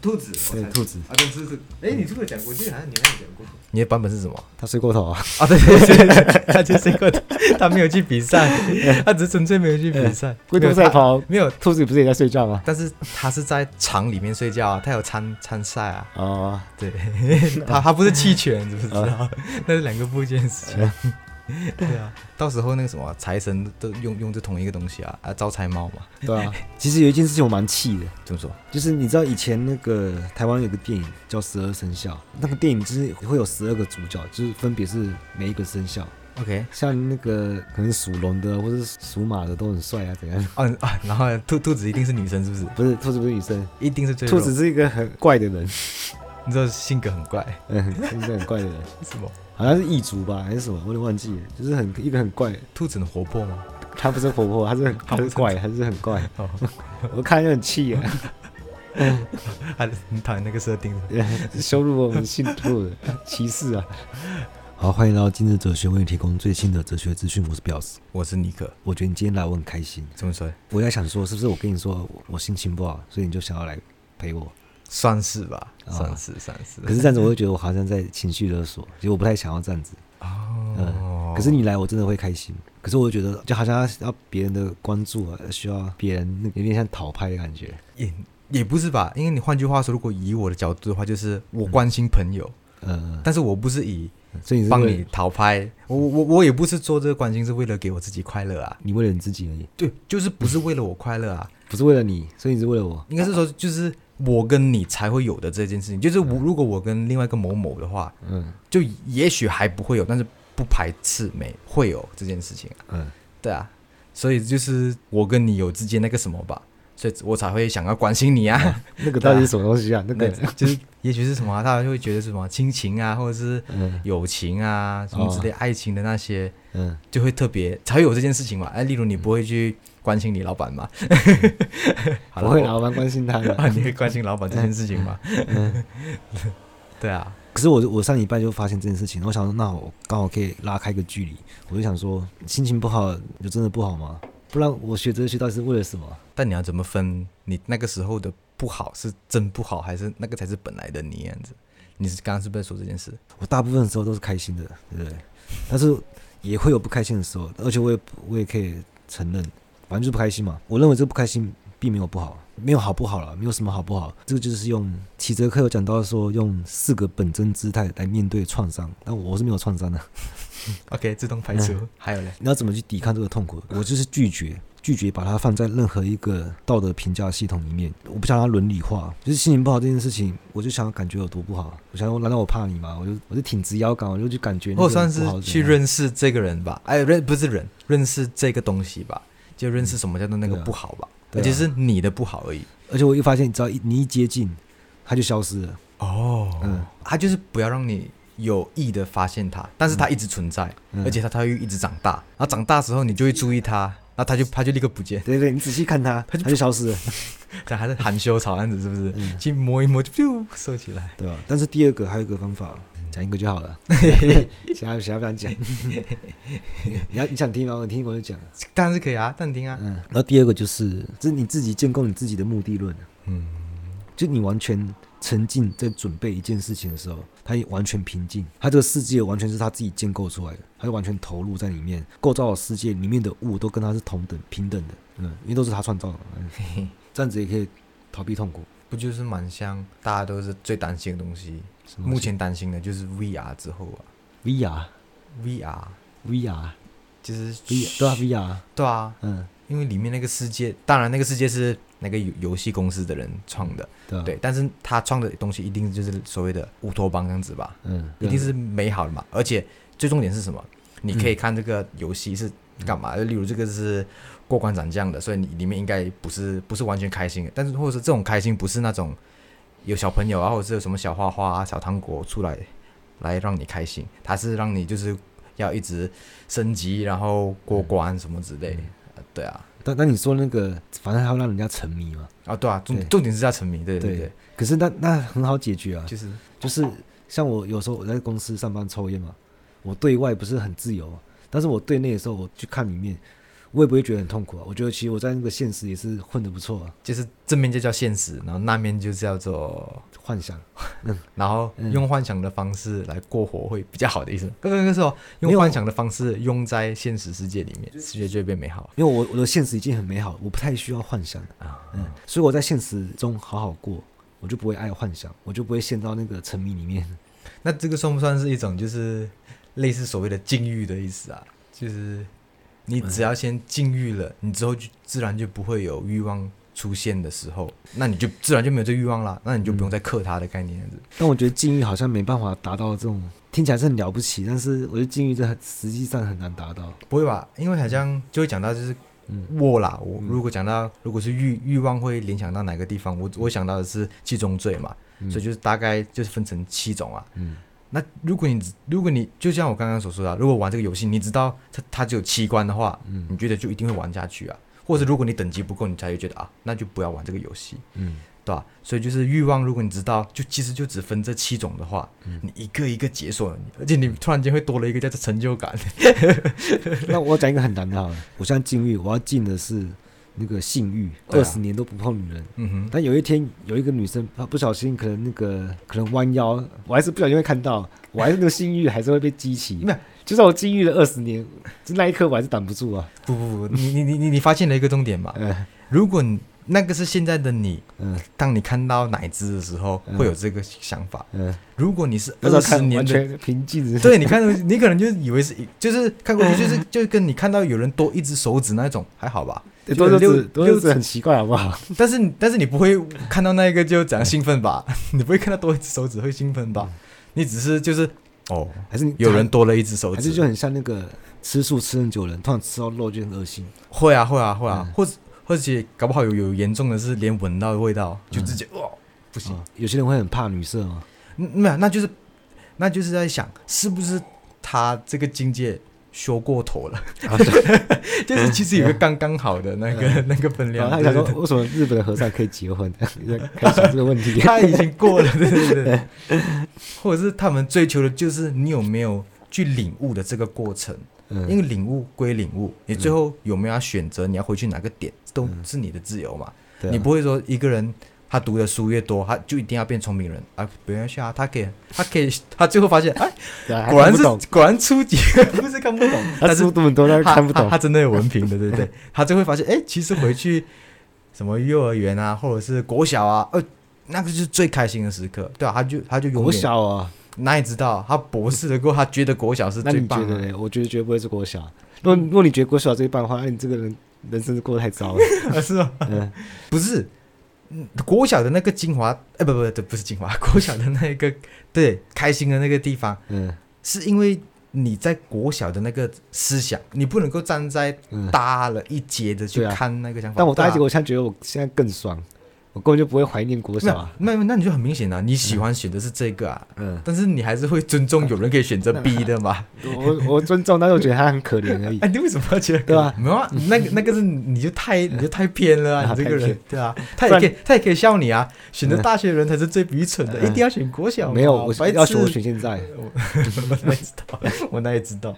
兔子，我哦对猜兔子啊，对兔子。哎，你是不是有讲过？记得好像你好像有讲过。你的版本是什么？他睡过头啊，啊， 对对对对，他就是个他没有去比 赛，他只是纯粹没有去比 赛，龟兔赛没跑，有他没有，兔子不是也在睡觉吗？但是他是在场里面睡觉啊，他有参参赛啊， 哦，对，他他不是弃权，知不知道？ 那是两个不一件事情。对啊，到时候那个什么财神都用用这同一个东西啊啊，招财猫嘛，对啊。其实有一件事情我蛮气的，怎么说？就是你知道以前那个台湾有个电影叫《十二生肖》，那个电影就是会有十二个主角，就是分别是每一个生肖， OK，像那个可能属龙的或者属马的都很帅啊，怎样？ 哦啊，然后兔兔子一定是女生是不是？不是兔子不是女生，一定是最弱兔子，是一个很怪的人， 你知道性格很怪，嗯，是一个很怪的人，什么？好像是异族吧还是什么，我有点忘记了，就是很一个很怪，兔子很活泼吗？他不是婆婆，他是很他是怪，他是很怪，哦， 我看就很气啊， 还很讨厌那个设定。羞辱我们信徒的歧视啊！好，欢迎来到今日哲学，为你提供最新的哲学资讯。我是表示，我是尼克，我觉得你今天来我很开心。怎么说？我在想说，是不是我跟你说我我心情不好，所以你就想要来陪我？算是吧，啊算是算哦是。可是这样子，我会觉得我好像在情绪勒索，其实我不太想要这样子。哦，可是你来，我真的会开心。可是我觉得，就好像要要别人的关注啊，需要别人那个有点像讨拍的感觉。也也不是吧，因为你换句话说，如果以我的角度的话，就是我关心朋友，呃，但是我不是以所以你是帮为你，讨拍，我我我也不是做这个关心是为了给我自己快乐啊，你为了你自己而已，对，就是不是为了我快乐 啊，不是为了你，所以你是为了我。应该是说就是我跟你才会有的这件事情，就是我如果我跟另外一个某某的话，嗯就也许还不会有，但是不排斥没会有这件事情啊。嗯，对啊，所以就是我跟你有之间那个什么吧，所以我才会想要关心你啊。那个到底是什么东西啊？那那 个 就是也许是什么啊、他就会觉得是什么亲情啊，或者是嗯友情啊，什么之类爱情的那些，嗯，就会特别才会有这件事情嘛。哎，例如你不会去关心你老板 嘛？好不了，会我 啦，我蛮关心他啊，的。你会关心老板这件事情吗？嗯 对啊， 可是我我上礼拜就发现这件事情，我想说，那我刚好可以拉开个距离。我就想说，心情不好就真的不好吗？不然我学哲学到底是为了什么？但你要怎么分你那个时候的不好是真不好，还是那个才是本来的你样子？你是刚刚是不是在说这件事？我大部分时候都是开心的，对不对？但是也会有不开心的时候，而且我也我也可以承认，反正就是不开心嘛。我认为这个不开心并没有不好，没有好不好了，没有什么好不好。这个就是用启哲课有讲到说，用四个本真姿态来面对创伤。但我是没有创伤的， OK，自动排除。嗯还有嘞，你要怎么去抵抗这个痛苦？我就是拒绝，拒绝把它放在任何一个道德评价系统里面。我不想让它伦理化，就是心情不好这件事情，我就想要感觉有多不好。我想说，难道我怕你吗？我就我就挺直腰杆，我就去感觉那个或哦算不是好怎去样认识这个人吧，哎，认不是人，认识这个东西吧，就认识什么叫做那个对啊不好吧，对而啊且是你的不好而已。而且我一发现，只要一你一接近，它就消失了。哦嗯，他就是不要让你有意的发现它，但是它一直存在，嗯而且它它会一直长大，然后长大之后你就会注意它，然后它就它就立刻不见，对对，对你仔细 看它，它就消失了，这还是含羞草样子是不是？嗯去摸一摸就咻收起来。对吧？但是第二个还有一个方法，讲一个就 好了，其他其他不想讲。 你要你想听吗？我听我就讲。当然是可以啊，暂停啊。嗯，然后第二个就是，这是你自己建构你自己的目的论。啊嗯，就你完全沉浸在准备一件事情的时候，他也完全平静，他这个世界完全是他自己建构出来的，他就完全投入在里面，构造的世界里面的物都跟他是同等平等的，嗯，因为都是他创造的， 嗯、这样子也可以逃避痛苦。不就是蛮像大家都是最担心的东西？什么目前担心的就是 VR 之后啊 VR ，VR VR 就是虚 VR 对啊 VR，对啊，嗯，因为里面那个世界，当然那个世界是那个游游戏公司的人创的，对啊，对，但是他创的东西一定就是所谓的乌托邦这样子吧，嗯，一定是美好的嘛。而且最重点是什么？你可以看这个游戏是干嘛，嗯例如这个是过关斩将的，所以你里面应该不是不是完全开心的，但是或者是这种开心不是那种有小朋友啊，或者是有什么小花花啊、小糖果出来来让你开心，它是让你就是要一直升级，然后过关什么之类。嗯呃对啊，但那你说那个，反正他会让人家沉迷嘛，啊对啊，重对重点是要沉迷，对对对对，可是那那很好解决啊，就是就是像我有时候我在公司上班抽烟嘛，我对外不是很自由，但是我对内的时候我去看里面，我也不会觉得很痛苦啊。我觉得其实我在那个现实也是混得不错啊，就是正面就叫现实，然后那面就叫做，幻想然后嗯用幻想的方式来过活会比较好的意思。刚刚就是说没用有幻想的方式用在现实世界里面，世界就会变美好因为我我的现实已经很美好，我不太需要幻想，啊。嗯，所以我在现实中好好过，我就不会爱幻想，我就不会陷到那个沉迷里面。 那这个算不算是一种就是类似所谓的禁欲的意思啊？就是你只要先禁欲了，你之后就自然就不会有欲望出现的时候，那你就自然就没有这欲望啦，那你就不用再克它的概念这样子。但我觉得禁欲好像没办法达到这种，听起来是很了不起，但是我觉得禁欲这很实际上很难达到。不会吧？因为好像就会讲到就是嗯我啦，我嗯如果讲到如果是欲欲望会联想到哪个地方，我我想到的是七宗罪嘛，嗯所以就是大概就是分成七种啊。嗯那如果你如果你就像我刚刚所说的啊，如果玩这个游戏，你知道它它只有七关的话，嗯你觉得就一定会玩下去啊？或者如果你等级不够，你才会觉得啊，那就不要玩这个游戏，嗯对吧？所以就是欲望，如果你知道，就其实就只分这七种的话，嗯你一个一个解锁，而且你突然间会多了一个叫做成就 感。 那我讲一个很难的好了，我现在禁欲，我要禁的是那个性欲，对啊二十、年都不碰女人。嗯哼，但有一天有一个女生，她不小心可能那个可能弯腰，我还是不小心会看到，我还是那个性欲还是会被激起。没有就算我禁欲了二十年，就那一刻我还是挡不住啊。不不不，你你你你你发现了一个重点嘛？嗯如果你那个是现在的你，嗯当你看到奶汁的时候，嗯会有这个想法。嗯，如果你是那时候二十看年完的全平静。 对，你看，你可能就以为是一，就是看过去就是就跟你看到有人多一只手指那一种还好吧，对，多日就子六多日子很奇怪，好不好？但是你但是你不会看到那一个就怎样兴奋吧？ 你不会看到多一只手指会兴奋吧？你只是就是哦，还是你有人多了一只手还指是，就很像那个吃素吃很久的人，突然吃到肉就很恶心。会啊会啊会啊嗯，或者或者搞不好有有严重的是连闻到的味道就直接哇不行，啊有些人会很怕女色哦嘛，嗯没有，那就是那就是在想是不是他这个境界修过头了，啊 就是其实有个刚刚好的那个那个分然量后，嗯哦他对想对说对为什么日本的和尚可以结婚， 开始这个问 题。他已经过 了，对对对，或者是他们追求的就是你有没有去领悟的这个过程，因嗯为领悟归领悟，你最后有没有要选择你要回去哪个点，都是你的自由嘛。嗯对啊你不会说一个人他读的书越多，他就一定要变聪明人啊？不要去啊，他可以，他可以，他最后发现，哎，对啊还果然看不是懂，果然初级 不是看不懂，他但是书读很多，但是他看不他懂他。真的有文凭的，对不对？他就会发现，哎，其实回去什么幼儿园啊，或者是国小啊，呃，那个就是最开心的时刻，对啊，他就他就永国远小啊，哪里知道他博士的过后，他觉得国小是那最你棒觉得的，嗯嘞？我觉得绝不会是国小。如果如果你觉得国小最棒的话，那你这个人人生是过得 太糟了。是吗？嗯不是，嗯国小的那个精华，哎，不不，这不是精华，国小的那个对开心的那个地方，嗯是因为你在国小的那个思想，你不能够站在嗯。大了一截的去对啊看那个想法。但我对啊大一结果，我现在觉得我现在更爽，我根本就嗯不会怀念国没小有啊。，那那你就很明显了、你喜欢选的是这个啊，嗯，但是你还是会尊重有人可以选 择 B 的嘛？我我尊重，但是我觉得他很可怜而已哎，。你为什么要觉得？对啊没有啊，那个那个是你就 太你就太偏了啊，啊你这个太人偏，对 啊，他不也然可以他也可以笑你啊，选择嗯大学的人才是最愚蠢的，嗯一定要选国小嘛，没有，我白要痴选我，选现在。 我我哪里知道？我哪里知道？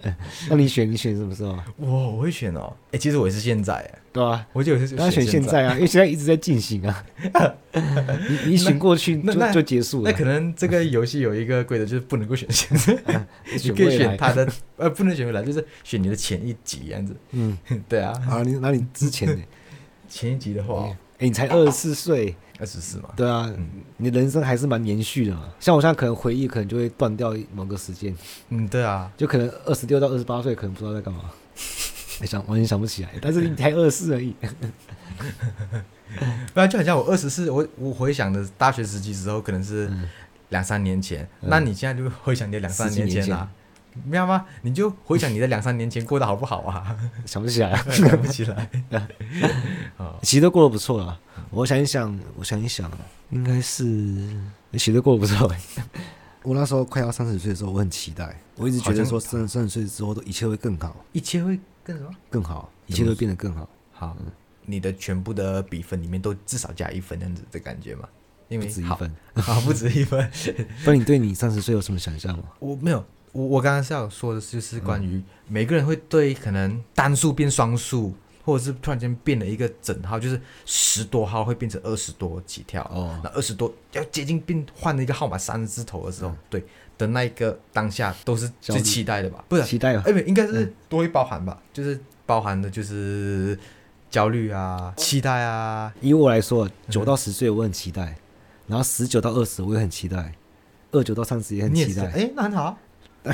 那你选你选什么时候啊？哇，我会选哦，哎，其实我也是现在，哎对啊，我就也是当然选现现。在啊，因为现在一直在进 行啊。你你选过去那那就就结束那了，啊可能这个游戏有一个规则，就是不能够选现在，你你选可以未选来。他的，呃，不能选未来，就是选你的前一集这样子。 嗯，对啊，啊，你那你之前呢？前一集的话哎，、你才二十四岁，二十四嘛，对啊，嗯你的人生还是蛮延续的嘛。像我现在可能回忆可能就会断掉某个时间，嗯，对啊，就可能二十六到二十八岁，可能不知道在干嘛， 哎想完全想不起来。但是你才二十四而已， 不然就很像我二十四，我我回想的大学时期时候，可能是嗯两三年前，嗯那你现在就回想你的两三年前啦、明白吗？你就回想你的两三年前过得好不好 啊？想不起来。想不起来。哦，其实都过得不错啦。我想一想，我想一想，应该是其实都过得不错、欸。我那时候快要三十岁的时候，我很期待，我一直觉得说好像三三十岁之后都一切会更好，一切会更什么？更好，一切都会变得更好，好，嗯你的全部的比分里面都至少加一分这样子的感觉嘛？因不为止一好，分。好不止一分。不然你对你三十岁有什么想象吗？我没有，嗯我我刚刚是要说的是就是关于每个人会对可能单数变双数，或者是突然间变了一个整号，就是十多号会变成二十多几条，哦，那二十多要接近并换了一个号码三字头的时候，对的那一个当下都是焦虑最期待的吧？不是，期待啊，哎，不应该是多会包含吧？就是包含的就是焦虑啊、期待啊，以我来说，九到十岁我很期待，然后十九到二十我也很期待，二九到三十也很你也期是待，哎，那很好啊。然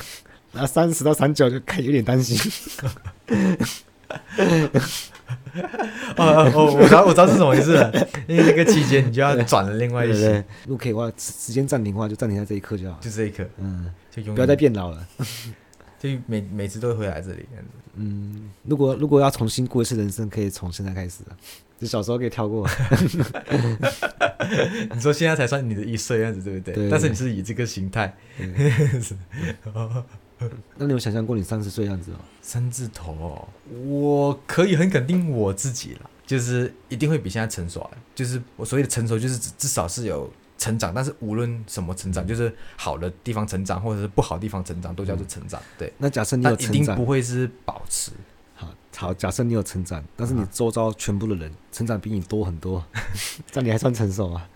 后三十到三九就开始有点担心。 哦哦，我知道我知道是什么意思了， 因为那个期间你 就要转了另外一对些，对，如果可以的话，时时间暂停的话就暂停在这一刻就好。就这一刻，嗯，就永不要再远变老了。就每每次都会回来这里这样子。嗯，如果如果要重新过一次人生，可以从现在开始啊，就小时候可以跳过。啊 你说现在才算你的一岁样子，对不对？对但是你是以这个形态，哦那你有想象过你三十岁样子吗？三字头哦，我可以很肯定我自己了，就是一定会比现在成熟啊。就是我所谓的成熟，就是至至少是有成长，但是无论什么成长，就是好的地方成长，或者是不好的地方成长，都叫做成长。对，那假设你但有一成定长不，会是保持。好好，假设你有成长，但是你周遭全部的人啊成长比你多很多， 这样你还算成熟啊？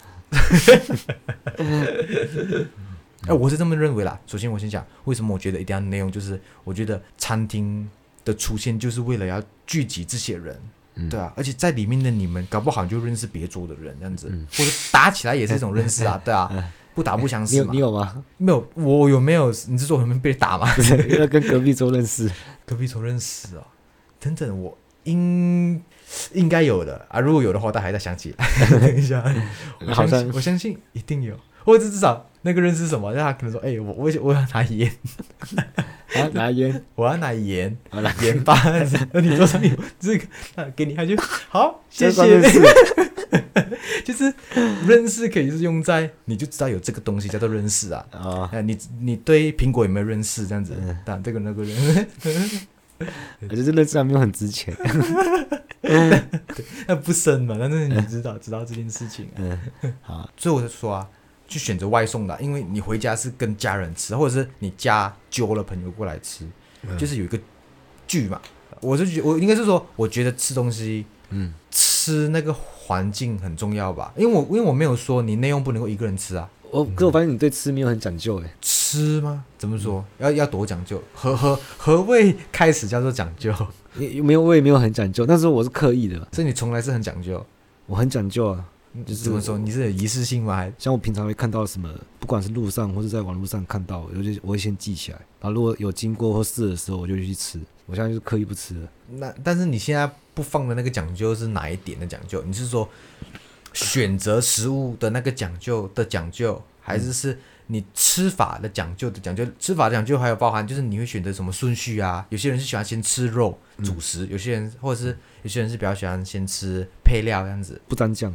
哎、我是这么认为啦。首先，我先讲为什么我觉得一定要内容，就是我觉得餐厅的出现就是为了要聚集这些人，嗯对啊，而且在里面的你们搞不好就认识别桌的人，这样子，嗯或者打起来也是一种认识 啊，对啊，不打不相你识有嘛你。有吗？ 没有，我有没有？你是说我们被打吗？不是，因为跟隔壁桌认识。隔壁桌认识哦，等等，我应应该有的啊。如果有的话，大家还在想起来。 等一下，我好相像信，我相信一定有，或者至少那个认识什么，那他可能说，哎、我我我要拿盐，啊，拿烟，我要拿盐，好了，盐巴。 那你桌上有这个，那给你，他就好，谢这算认谢。识 就是认识可以是用在，你就知道有这个东西叫做认识啊。啊，哎，你你对苹果有没有认识？这样子嗯，但这个那个人，就是认识还没有很值 钱。那不深嘛，但是你知道知道这件事情、啊，嗯，好，所以我就说啊，去选择外送的啊，因为你回家是跟家人吃，或者是你家揪了朋友过来吃，就是有一个聚嘛。我就觉我应该是说，我觉得吃东西嗯，吃那个环境很重要吧，因为我因为我没有说你内用不能够一个人吃啊，我可我发现你对吃没有很讲究哎，吃吗？怎么说？要要多讲究？何何何谓开始叫做讲究？ 也没有我也没有很讲究，但是我是刻意的，所以你从来是很讲究，我很讲究啊。就是怎么说？你是有仪式性吗？还像我平常会看到什么，不管是路上或是在网络上看到，我就我会先记起来，然后如果有经过或试的时候，我就去吃。我现在就是刻意不吃了，那但是你现在不放的那个讲究是哪一点的讲究？你是说选择食物的那个讲究的讲究，还是是你吃法的讲究的讲究？吃法的讲究还有包含就是你会选择什么顺序啊？有些人是喜欢先吃肉主食，有些人或者是有些人是比较喜欢先吃配料这样子。不沾酱。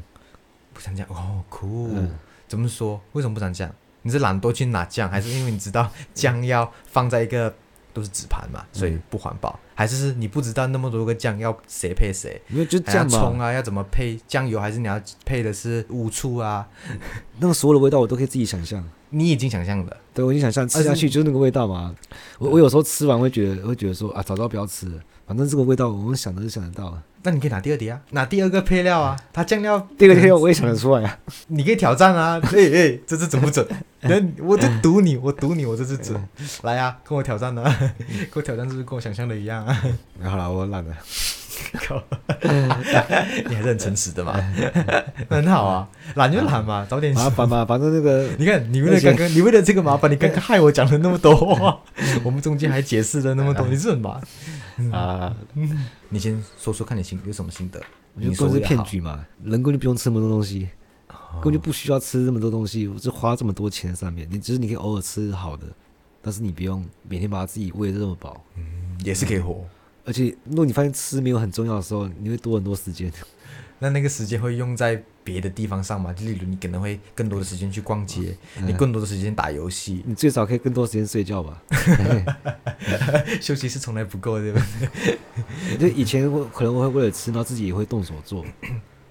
不想讲哦，酷、嗯怎么说？为什么不想讲？你是懒惰去拿酱，还是因为你知道酱要放在一个都是纸盘嘛，所以嗯不环保？还是是你不知道那么多个酱要谁配谁？因为就还要酱葱嘛，啊，要怎么配酱油？还是你要配的是乌醋啊？那个所有的味道我都可以自己想象。你已经想象了，对，我已经想象吃下去就是那个味道嘛。我我有时候吃完会觉得会觉得说啊，早知道不要吃了，反正这个味道我们想的就想得到了。那你可以拿第二碟啊，拿第二个配料啊，嗯它酱料第二个天我也想得出来 啊。你可以挑战 啊！哎哎，这次准不准？那嗯你我就赌你，我赌你，我这次准。来啊，跟我挑战啊！ 跟我挑战是不是跟我想象的一样啊？好了，我懒了。靠， 你还是很诚实的嘛，那很好啊，懒就懒嘛，早点麻起。烦嘛，反正那个你看，你为了刚刚，你为了这个麻烦，你刚刚害我讲了那么多话，我们中间还解释了那么多，你是很麻。啊，嗯你先说说看你心有什么心得？我觉你得说都是也骗好，局嘛，哦人根本就不用吃那么多东西，根本就不需要吃这么多东西，我就花这么多钱在上面。你只是你可以偶尔吃好的，但是你不用每天把自己喂得这么饱。也是可以活。而且，如果你发现吃没有很重要的时候，你会多很多时间。那那个时间会用在别的地方上嘛？就例如你可能会更多的时间去逛街，你更多的时间打游戏， 你最少可以更多时间睡觉吧？ 休息是从来不够的，对不对？ 就以前我可能我会为了吃，然后自己也会动手做，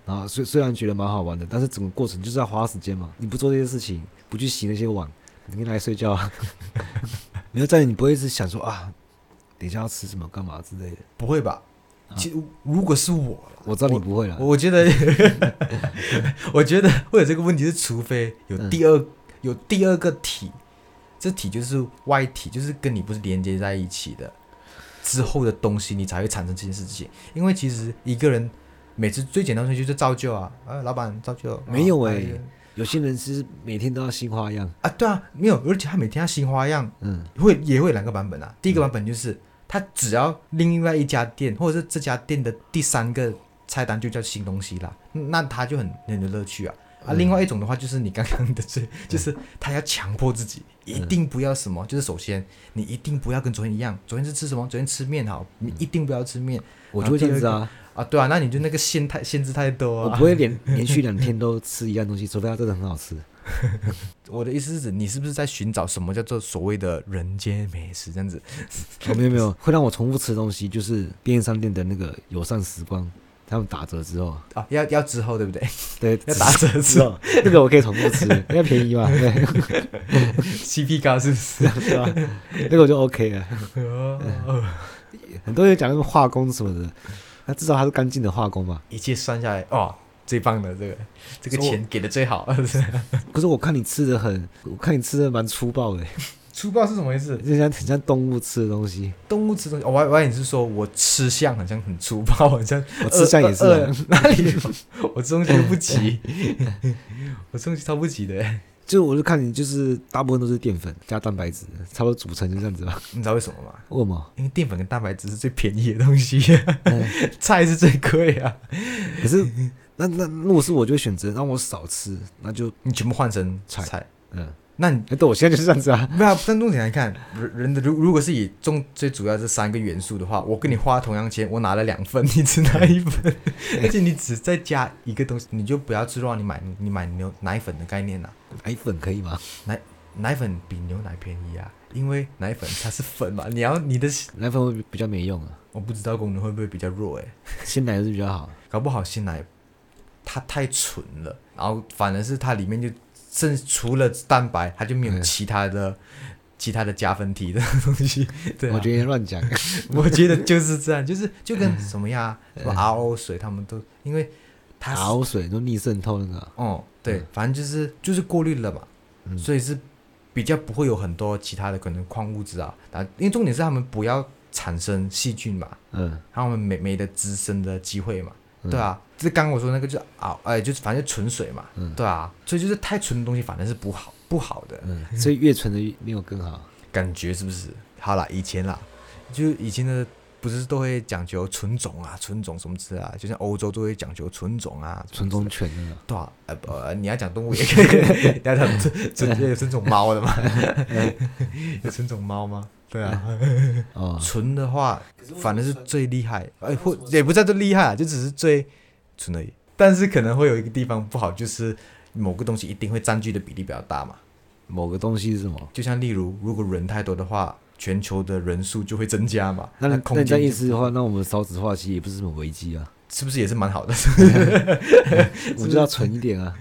然后虽虽然觉得蛮好玩的，但是整个过程就是要花时间嘛。你不做这些事情，不去洗那些碗，你可以拿来睡觉啊。 没有在你不会是想说啊，等一下要吃什么干嘛之类的。不会吧？其实如果是我，我知道你不会了， 我觉得，我觉得会有这个问题是，除非有嗯第二、有第二个体，这体就是外体，就是跟你不是连接在一起的之后的东西，你才会产生这件事情。因为其实一个人每次最简单的东西就是造就啊，啊，老板造就没有哎、欸有些人是每天都要新花样，啊，对啊，没有，而且他每天他新花样，嗯会也会有两个版本啊。第一个版本就是他只要另外一家店或者是这家店的第三个菜单就叫新东西啦，那他就很很有乐趣啊。啊，另外一种的话就是你刚刚的这， 就是他要强迫自己一定不要什么，就是首先你一定不要跟昨天一样，昨天是吃什么？昨天吃面好，你一定不要吃面我就会这样子啊，啊，对啊，那你就那个限太限制太多我啊。不会连连续两天都吃一样东西，除非它真的很好吃。 我的意思是指你是不是在寻找什么叫做所谓的人间美食这样子？哦，没有没有，会让我重复吃的东西就是便利商店的那个友善时光，他们打折之后，啊，要要之后对不对？对，要打折之 之后后啊那个我可以重复吃， 因为便宜嘛，对 ，CP 高是不是？对吧？那个我就 OK 了。哦很多人讲那个化工什么的，那至少它是干净的化工嘛。一切算下来，哦，最棒的这个，这个所以我钱给的最好。可是我看你吃的很，我看你吃的蛮粗暴的， 粗暴是什么意思？就像很像动物吃的东西。动物吃东西，哦我还我还以为你是说我吃相好像很粗暴，好像 我吃相也是、呃呃啊，哪里有？ 我吃东西又不急， 我吃东西超不急的。就我就看你就是大部分都是淀粉加蛋白质，差不多组成就这样子吧。你知道为什么吗？为什么？因为淀粉跟蛋白质是最便宜的东西， 嗯菜是最贵啊。可是那那如果是我就会选择让我少吃，那就你全部换成菜嗯，那你那对我现在就是这样子啊。没有，但重点来看，人人的如如果是以重最主要这三个元素的话，我跟你花同样钱，我拿了两份，你只拿一份，而且你只再加一个东西，你就不要吃肉啊，你买你买牛奶粉的概念啦、奶粉可以吗？奶粉比牛奶便宜啊，因为奶粉它是粉嘛，你要你的奶粉会比较没用啊，我不知道功能会不会比较弱诶、鲜奶是比较好。搞不好鲜奶它太纯了，然后反而是它里面就剩除了蛋白，它就没有嗯其他的、其他的加分题的东西，对、啊，我觉得乱讲， 我觉得就是这样，就是就嗯跟什么呀，什么 RO 水，他们都因为它是熬水都逆渗透那个啊，哦，对，反正就是就是过滤了嘛，嗯所以是比较不会有很多其他的可能矿物质啊，啊，因为重点是他们不要产生细菌嘛，嗯，他们没没得滋生的机会嘛，嗯对，啊，这刚刚我说那个就是啊，哎，就是反正就纯水嘛，嗯对啊，所以就是太纯的东西反正是不好不好的，嗯，所以越纯的越没有更好。感觉是不是？好啦，以前啦，就以前的不是都会讲究纯种啊、纯种什么之类啊，就像欧洲都会讲究纯种啊、纯什么种犬那个，之类对啊，呃不呃，你要讲动物也可以， 你要讲纯纯有纯种猫的吗？嗯 有纯种猫吗？对啊，哦，纯的话反正是最厉害，哎，或也不在这厉害啊，就只是最纯而已。但是可能会有一个地方不好，就是某个东西一定会占据的比例比较大嘛。某个东西是什么？就像例如，如果人太多的话，全球的人数就会增加嘛。那你那空你这间样意就思的话，那我们少子化其实也不是什么危机啊，是不是也是蛮好的？ 我们就要存一点啊，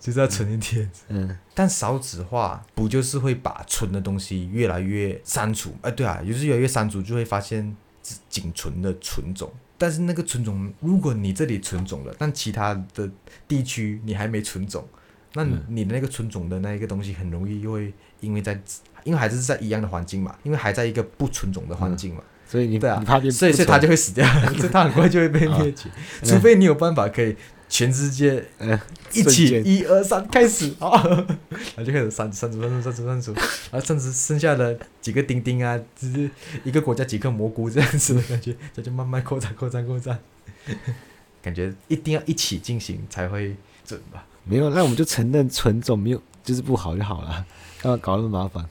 就是要存一点。嗯，但少子化不就是会把存的东西越来越删除？哎、对啊，就是越来越删除，就会发现只仅存的纯种。但是那个纯种，如果你这里纯种了，但其他的地区你还没纯种，那你嗯你的那个纯种的那一个东西，很容易又会因为在因为还是在一样的环境嘛，因为还在一个不纯种的环境嘛，所以你对啊你怕变，所以所以它就会死掉，所以它很快就会被灭绝，除非你有办法可以全世界嗯一起瞬间一二三开始啊，然后就开始删删除删除删除删除，然后甚至剩下的几个丁丁啊，只是一个国家几颗蘑菇这样子的感觉，它就慢慢扩展扩展扩展，感觉一定要一起进行才会准吧。没有，那我们就承认纯种没有就是不好就好了， 干嘛搞那么麻烦？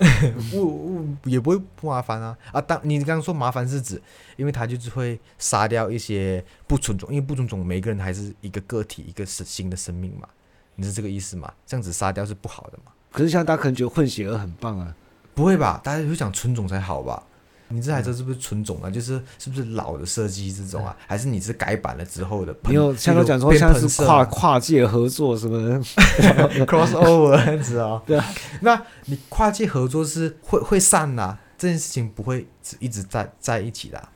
我我也不会不麻烦啊啊！当你刚刚说麻烦是指，因为它就是会杀掉一些不纯种，因为不纯种每个人还是一个个体，一个生新的生命嘛，你是这个意思吗？这样子杀掉是不好的嘛？可是像大家可能觉得混血儿很 棒啊，不会吧？大家会讲纯种才好吧？你这台车是不是纯种嗯啊？就是是不是老的设计这种啊？还是你是改版了之后的喷？你有像比都如讲说变像喷是射跨啊跨界合作什么的， crossover 这样子哦。对啊，那你跨界合作是会会散啦、这件事情不会一直在在一起的啊、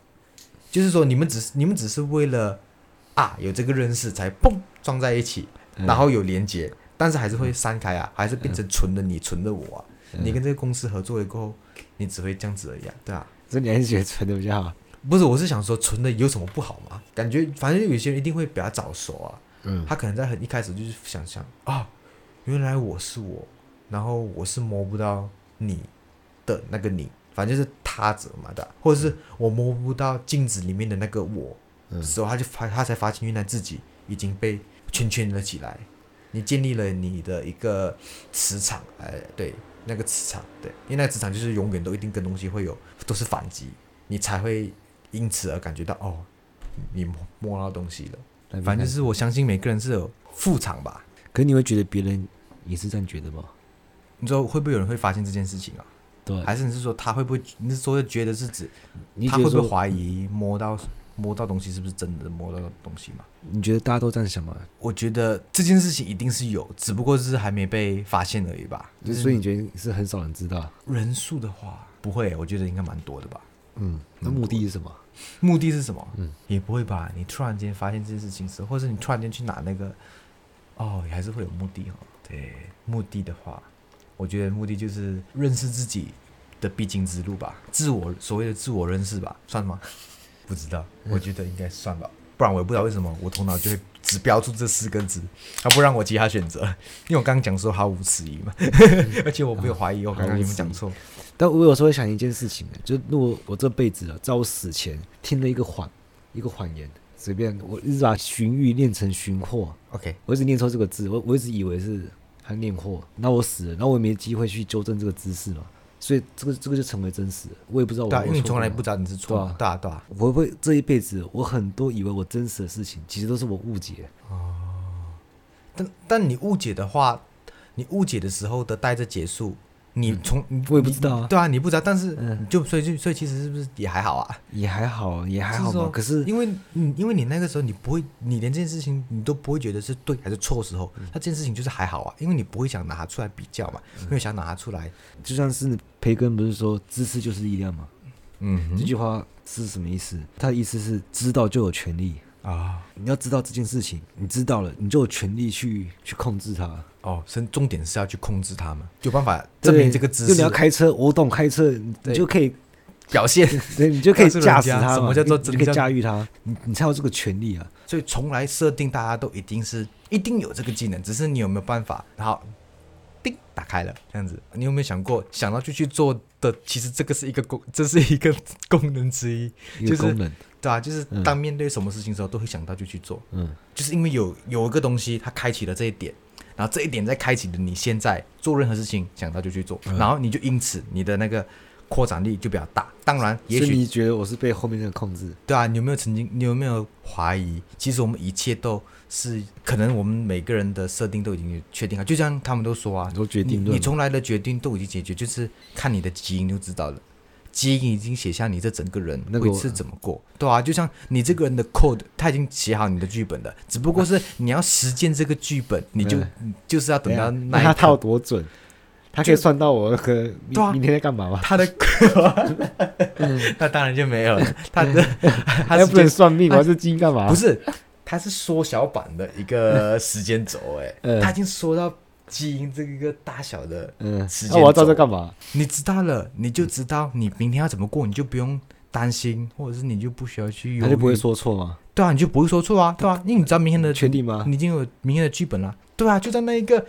就是说你们只是你们只是为了啊有这个认识才砰撞在一起，嗯然后有连接，但是还是会散开啊，还是变成纯的你纯的我啊。嗯你跟这个公司合作了过后，你只会这样子而已啊，对啊。这你还是觉得纯的比较好。不是，我是想说纯的有什么不好嘛？感觉反正有些人一定会比较早熟啊，嗯他可能在很一开始就是想象啊，原来我是我，然后我是摸不到你的那个你，反正就是他者嘛的，或者是我摸不到镜子里面的那个我，嗯时候他就发他才发现原来自己已经被圈圈了起来，你建立了你的一个磁场，哎，对，那个磁场，对，因为那个磁场就是永远都一定跟东西会有都是反击，你才会因此而感觉到哦，你摸摸到东西了。来反正就看是我相信每个人是有副厂吧。可是你会觉得别人也是这样觉得吗？你知道会不会有人会发现这件事情啊？对，还是你是说他会不会？你是说觉得是指你他觉会得不会说，怀疑摸到摸到东西是不是真的摸到东西嘛？你觉得大家都这样想吗？我觉得这件事情一定是有，只不过是还没被发现而已吧。就所以你觉得是很少人知道？人数的话，不会，我觉得应该蛮多的吧。嗯，那目的是什么？目的是什么？嗯，也不会吧？你突然间发现这件事情时候，或者你突然间去拿那个，哦，还是会有目的哦。对，目的的话，我觉得目的就是认识自己的必经之路吧，自我所谓的自我认识吧，算吗？ 不知道，嗯我觉得应该算吧，不然我也不知道为什么我头脑就会只标出这四个字，它不让我其他选择， 因为我刚刚讲说毫无迟疑嘛，嗯 而且我没有怀疑，我刚刚有没有讲错？但我有时候会想一件事情，就是如果我这辈子啊，在我死前听了一个谎，一个谎言，随便我一直把寻欲念成寻获， OK，我一直念错这个字，我我一直以为是他念货，那我死了，那我也没机会去纠正这个知识嘛，所以这个这个就成为真实了，我也不知道我对啊，因为你我错从来过不知道你是错的，对啊，对啊。我会不会这一辈子我很多以为我真实的事情，其实都是我误解，但但你误解的话，你误解的时候的带着结束，你从、你嗯我也不知道啊你对啊，你不知道，但是嗯你就所以就所以其实是不是也还好啊？也还好，也还就好是嘛说，可是因为你因为你那个时候你不会，你连这件事情你都不会觉得是对还是错的时嗯候，那这件事情就是还好啊，因为你不会想拿它出来比较嘛，嗯没有想拿它出来，就像是培根不是说知识就是力量嘛，嗯这句话是什么意思？他的意思是知道就有权利。啊你要知道这件事情，你知道了，你就有权利去去控制它。哦，所以重点是要去控制它们，有办法证明对这个知就识你要开车，我懂开车，你对你就可以，表现， 对你就可以告诉人驾驶家它嘛，什么叫做你你真可以正驾驭它，你你才有这个权利啊。所以从来设定大家都一定是一定有这个技能，只是你有没有办法，然后叮打开了这样子。哦你有没有想过想到就去做的？其实这个是一个功，这是一个功能之一，一个就是功能，对啊，就是嗯当面对什么事情的时候，都会想到就去做，嗯就是因为有有一个东西它开启了这一点。然后这一点再开启了你现在做任何事情想到就去做，然后你就因此你的那个扩展力就比较大。当然，也所以许你觉得我是被后面那个控制？对啊，你有没有曾经，你有没有怀疑？其实我们一切都是可能，我们每个人的设定都已经确定了。就像他们都说啊你，说决定你论你嘛从来的决定都已经解决，就是看你的基因就知道了。基因已经写下你这整个人那个会我是怎么过，对啊，就像你这个人的 code，他已经写好你的剧本了，只不过是你要实践这个剧本，你就对你就是要等到等一下那哎他一套套多准，他可以算到我和对啊明明天在干嘛吧？他的， 那当然就没有了，他的他还是不能就算命，他我还是基因干嘛？不，是，它是缩小版的一个时间轴、哎， 嗯它已经缩到基因这个大小的，嗯，时间那我要照轴这干嘛？你知道了，你就知道你明天要怎么过，你就不用担心，或者是你就不需要去忧他虑，就不会，说错吗？对啊，你就不会说错啊，对啊，因为你 知道明天的确定吗？你已经有明天的剧本了，对啊，就在那一个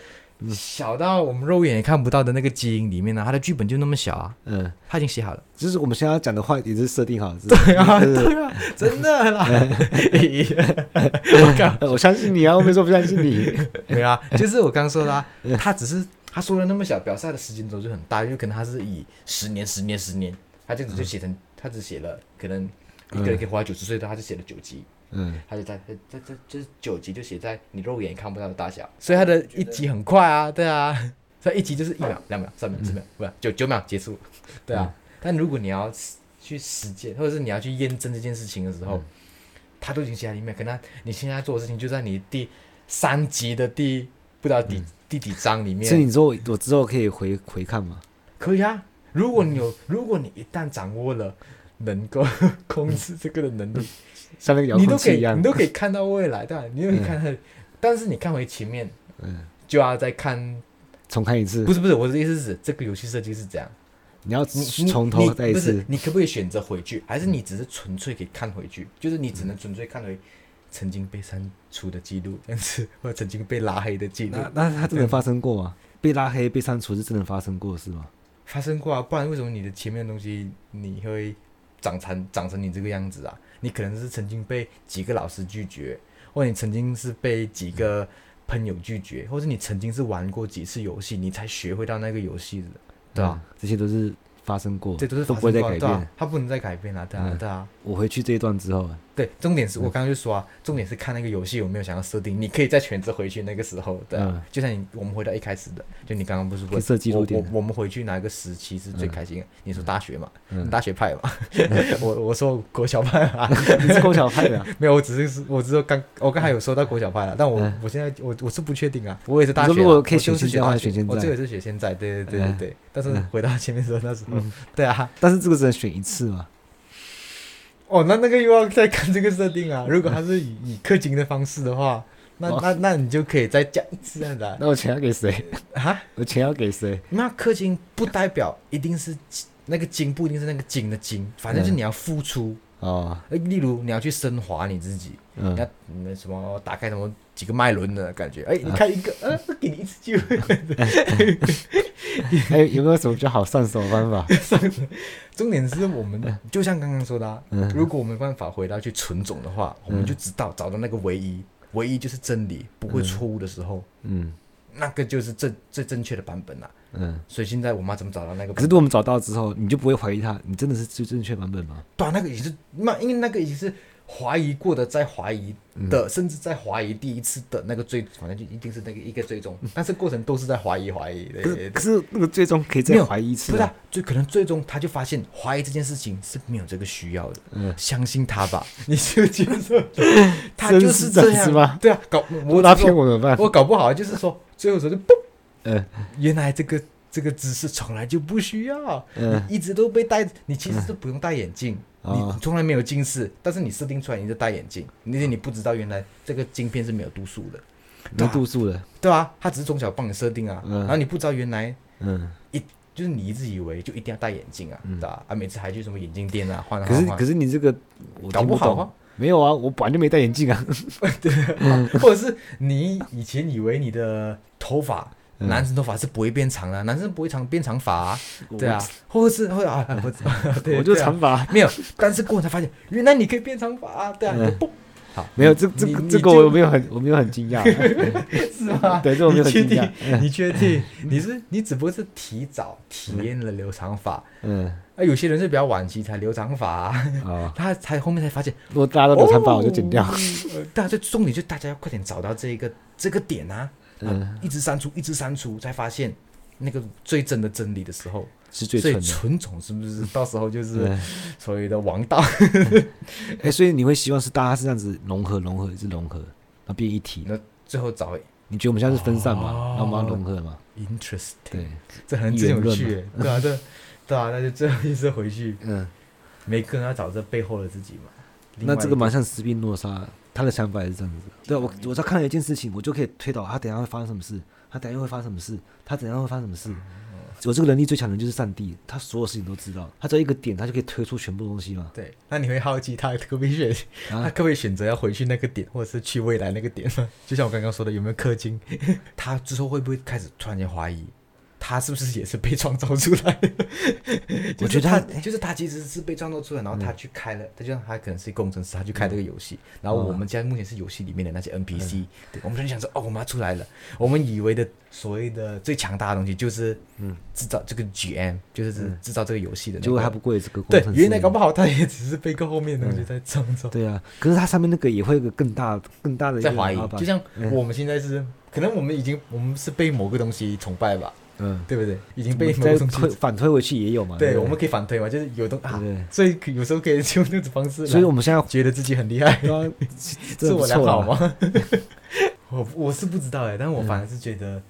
小到我们肉眼也看不到的那个基因里面呢、它的剧本就那么小啊，嗯，它已经写好 了，就是我们现在要讲的话也是设定好，对啊， 对啊，真的啦， 哎我靠。我相信你啊，我没说不相信 你。 没有啊，就是我刚说的、啊，他只是他说的那么小，表示他的时间轴就很大，有可能他是以十年、十年、十年，他这样子就写成，他只写了可能一个人可以活到九十岁的，他就写了九集，嗯，他就在这这这就是九集就写在你肉眼也看不到的大小，所以他的一集很快啊，对啊， 嗯所以一集就是一秒、两秒、三秒、四秒，不九九秒结束，对啊。但如果你要实去实践，或者是你要去验证这件事情的时候，他都已经写在里面，可能他你现在做的事情就在你第三集的第不知道第、第几章里所以面，你说我我之后可以回回看吗？嗯可以啊。如果你有，如果你一旦掌握了能够 控制这个的能力，像那个遥你都控可器一以，样你，都可以看到未来，对吧？你都可以看到，但是你看回前面，嗯，就要再看，重看一次不，是不是，我的意思是指这个游戏设计是这样，你要你你从头你再一不次是，你可不可以选择回去，还是你只是纯粹可以看回去？就是你只能嗯纯粹看回曾经被删除的记录， 但是或者曾经被拉黑的记录那那它真的发生过吗？被拉黑、被删除是真的发生过的事吗？发生过啊，不然为什么你的前面的东西你会长成长成你这个样子啊？你可能是曾经被几个老师拒绝，或者你曾经是被几个朋友拒绝，或者你曾经是玩过几次游戏，你才学会到那个游戏的，对啊，嗯，这些都是发生过，这都是都发不生会再过改的对啊变。它不能再改变了、对啊，嗯对啊。我回去这一段之后，对，重点是我嗯刚刚就说啊，重点是看那个游戏有没有想要设定，你可以再选择回去那个时候的、嗯就像你我们回到一开始的，就你刚刚不是可以问设计我录点我，我们回去哪一个时期是最嗯开心的？你说大学嘛，嗯，大学派嘛，哦我我说国小派啊， 你是够小派的啊，没有，我只是我只是刚我刚才有说到国小派了，但我、嗯我现在我我是不确定啊，我也是大学你啊，说如果可以我就是学选现在的话大学选现在我这个也是学现在，对对对对嗯对，但是嗯回到前面说那时候，嗯对啊， 但是这个只能选一次嘛。哦，那那个又要再看这个设定啊。如果它是以以氪金的方式的话，那哇那那你就可以再加一次这样子啊。那我钱要给谁？啊， 我钱要给谁？那氪金不代表一定是金那个金，不一定是那个金的金，反正就是嗯你要付出。哦，呃例如你要去升华你自己，嗯你 要嗯什么打开什么几个脉轮的感觉。啊哎，你看一个，呃，给你一次机会。 哎，有没有什么比较好上手的方 法？重点是我们就像刚刚说的、啊，嗯如果我们没办法回到去纯种的话，我们嗯就知道找到那个唯一，唯一就是真理，不会错误的时候。嗯那个就是最最正确的版本啦、啊嗯。所以现在我妈怎么找到那个可版本？是，如果我们找到之后，你就不会怀疑它，你真的是最正确版本吗？对啊、那个已经是那，因为那个已经是怀疑过的，在怀疑的，嗯甚至在怀疑第一次的那个最，反正就一定是那个一个最终，但是过程都是在怀疑怀疑的。可对对是可是那个最终可以没再有怀疑一不次是、啊。啊，就可能最终他就发现怀疑这件事情是没有这个需要的，嗯相信他吧， 你就接受，他真就是这这样样子吗对啊，搞我我拉只是骗我怎么办？我搞不好就是说，最后说就嘣，嗯原来这个这个姿势从来就不需要，嗯你一直都被戴，你其实都不用戴眼镜，哦你从来没有近视，但是你设定出来你就戴眼镜，而且你不知道原来这个镜片是没有度数的，没度数了。对啊，它只是从小帮你设定啊，嗯然后你不知道原来嗯。就是你一直以为就一定要戴眼镜啊，对吧、啊？每次还去什么眼镜店啊换啊可是换啊可是你这个我搞听不好懂啊。没有啊，我本来就没戴眼镜啊。 或者是你以前以为你的头发。嗯男生头发是不会变长的、啊男生不会长变长发、啊，我对啊，或者是会啊，我对 我就对啊长发。没有，但是过后才发现，原来你可以变长发、啊，对啊，嗯就嘣好，没有，这这你个你这个就我没有很我没有很惊讶，啊 是吗？对这我没有你确很惊定讶？嗯你确定？你是你只不过是提早体验了留长发，嗯啊，有些人是比较晚期才留长发啊、 啊，他才后面才发现，如果大家都留长发，我就剪掉哦。 呃对啊，就重点就大家要快点找到这一个这个点啊，嗯，一直删除，一直删除，才发现那个最真的真理的时候，是最所蠢以的。纯种是不是 到时候就是嗯所谓的王道？ 哎，所以你会希望是大家是这样子融合、融合、一直融合，然后变一体。那最后找回你觉得我们现在是分散嘛？哦那我们要融合嘛？ interesting，对，这很圆真有润趣耶，对啊，这对啊，那就最后一次回去，嗯，每个人要找这背后的自己嘛。另那外这一个蛮像斯宾诺莎，他的想法也是这样子的。对啊，我我在看了一件事情，我就可以推导他等一下会发生什么事，他等一下会发生什么事，他等一下会发生什么哦事。我这个能力最强的就是上帝，他所有事情都知道，他只要一个点，他就可以推出全部东西嘛。对，那你会好奇他可不可以选，他啊可不可以选择要回去那个点，或者是去未来那个点吗？ 就像我刚刚说的，有没有氪金？ 他之后会不会开始突然间怀疑，他是不是也是被创造出来的？ 就我觉是得他他，嗯就是他其实是被创造出来，然后他去开了，他就像他可能是工程师，他去开这个游戏，然后我嗯们现在目前是游戏里面的那些 NPC，对我们就想说，哦，我们要出来了，我们以为的所谓的最强大的东西就是，嗯，制造这个 GM，就是制制造这个游戏的那个，结果他不过也是个工对程，师原来搞不好他也只是被个后面的东西在创造。对啊，可是他上面那个也会有一个更大、更大的一个在怀疑老，板就像嗯我们现在是，可能我们已经我们是被某个东西崇拜吧，嗯，对不对？已经被被某个再东推西，反推回去也有嘛。对，不我们可以反推嘛，就是有东啊，对所以可有时候可以用这种方式，所以我们 现在觉得自己很厉 害，对啊自真的我不良错啊嗯好了？ 吗？我我是不知道哎，但我反而是觉得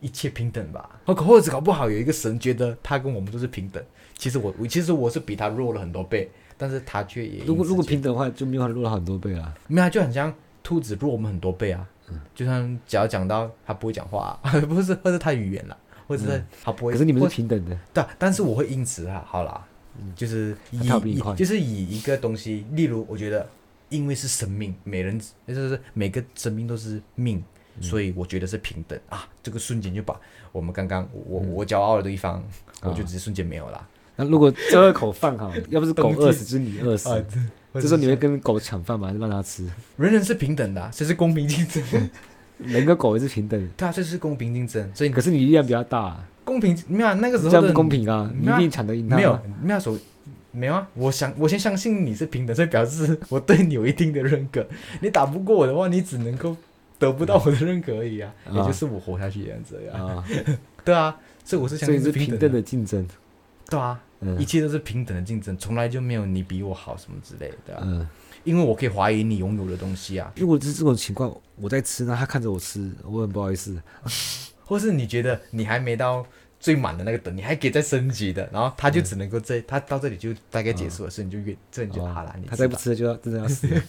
一切平等吧，或或者搞不好有一个神觉得他跟我们都是平等，其实我我其实我是比他弱了很多倍，但是它却也如果因此如果就平等的话，就没有弱了很多倍啊。没有啊，就很像兔子弱我们很多倍啊。嗯就像只要讲到它不会讲话、啊， 不是或者它语言啦，或者是它不会。嗯可是你们或是平等的，对啊，但是我会因此啊，好啦，就是以他跳比你以快就是以一个东西，例如我觉得，因为是生命，每人就是每个生命都是命，嗯所以我觉得是平等啊。这个瞬间就把我们刚刚我嗯我骄傲的地方，我啊就直接瞬间没有啦。那如果这二口饭 哈，要不是狗当地饿死，就是你饿死。或啊这者时候是你会跟狗抢饭吗？还是让它吃？人人是平等的、啊，这是公平竞 争，人跟狗也是平等的，对啊，这是公平竞争，所以可是你力量比较大啊，公平没有、啊、那个时这候样的不公平啊！你一那定抢得赢它。没有，没有所没有啊！我想我先相信你是平等，所以表示我对你有一定的认可。你打不过我的话，你只能够得不到我的认可而已啊，啊也就是我活下去的样子呀、啊，对啊，所以 我是相所以信是平平等等的竞争。对啊，一嗯切都是平等的竞争，从来就没有你比我好什么之类的啊、嗯，因为我可以怀疑你拥有的东西啊，如果是这种情况，我在吃，那它看着我吃，我很不好意思。或是你觉得你还没到。最满的那个等，你还可以再升级的，然后他就只能够这，他到这里就大概结束了，所以你就越，这你就哦好啦，你它再不吧吃就要真的 要死了。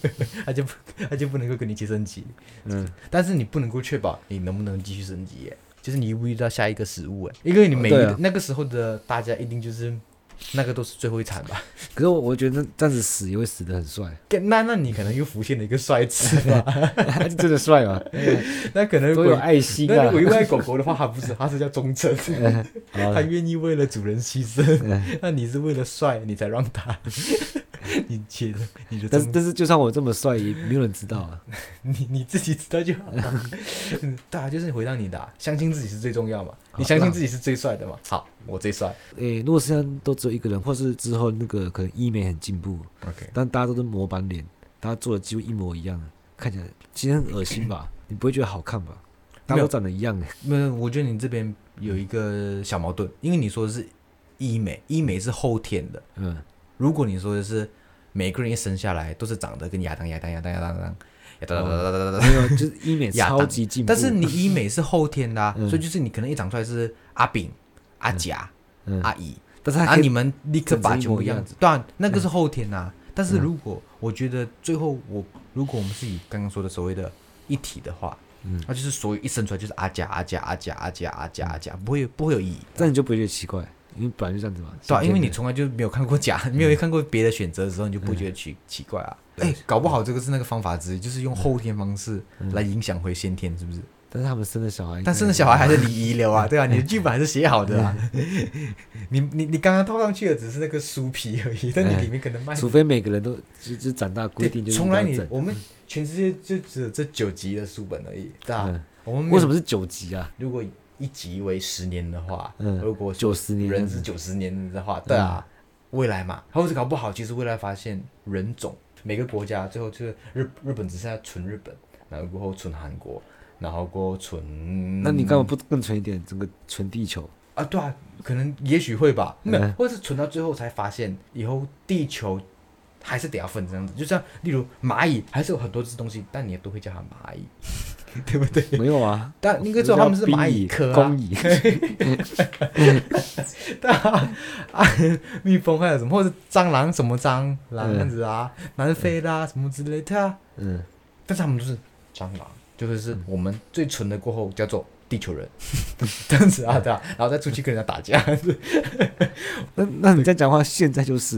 他就不，他就不能够跟你一起升级，嗯，但是你不能够确保你能不能继续升级耶，就是你遇不遇到下一个食物哎，因为你每一对个、啊那个时候的大家一定就是那个都是最后一场吧，可是我我觉得这样子死也会死得很 帅，那那你可能又浮现了一个帅词 吧，就真的帅 嘛，那可能多鬼有爱心那啊嗯如！果外狗狗的话，它不是，它是叫忠诚， 好它了愿意为了主人牺嗯牲， 那你是为了帅你才让它， 你觉得你的但是忠但是，就算我这么帅，也没有人知道啊。你你自己知道就好了。嗯 对啊，就是回到你的啊、相信自己是最重要嘛。你相信自己是最帅的嘛？好，我最帅。诶、如果现在都只有一个人，或是之后那个可能医美很进步， OK，但大家都是模板脸，大家做的几乎一模一样，看起来其实很恶心吧？你不会觉得好看吧？大家都长得一样诶、没有，我觉得你这边有一个小矛盾，因为你说的是医美，医美是后天的。 嗯，如果你说的是每个人一生下来都是长得跟亚当、亚当、亚当、亚当、亚当、亚当、亚当、亚当、亚当，没有，就是医美亚当超级进步，但是你医美是后天的、啊，嗯所以就是你可能一长出来是阿炳、阿甲、嗯阿乙，但是啊，他可你以们立刻把全部整成一模一样样子，嗯对、啊，那个是后天呐、但是如果我觉得最后我如果我们是以刚刚说的所谓的一体的话，嗯那就是所有一生出来就是阿甲阿甲阿甲阿甲阿甲阿甲，不会不会有意义，这样你就不会觉得奇怪，因为本来就这样子嘛。对、啊，先天因为你的从来就没有看过甲，没有看过别的选择的时候，你就不会觉得奇、奇怪啊。嗯哎，搞不好这个是那个方法之一，就是用后天方式来影响回先天，是不是？但是他们生的小孩， 但生的小孩还是你遗留 啊，对啊，你的剧本还是写好的啊。 你你你刚刚套上去的只是那个书皮而已，但你里面可能卖除非每个人都就就长大哎规对，定就是从这来样你整我们全世界就只有这九集的书本而已，对啊吧、嗯我们为什么么是九级啊？如果一集为十年的话，嗯如果九十年嗯人是九十年的话，对啊，未来嘛，或者搞不好，其实未来发现人种每个国家最后就是日日本只剩下纯日本，然后过后纯韩国，然后过后纯那你干嘛不更纯一点？整个纯地球，啊，对啊，可能也许会吧，没有嗯，或者是存到最后才发现，以后地球还是得要分这样子，就像例如蚂蚁，还是有很多只东西，但你也都会叫它蚂蚁，对不对？没有啊？但 那个时候他们是蚂蚁 科啊工，蚁，对 啊，啊，蜜蜂还有什么，或者蟑螂什么蟑螂这样子啊，南非啦什么之类的啊，嗯，但是他们都是蟑螂，就是我们最纯的过后叫做地球人， 这样子啊，对啊，然后再出去跟人家打架， 那那你这样讲话，现在就是，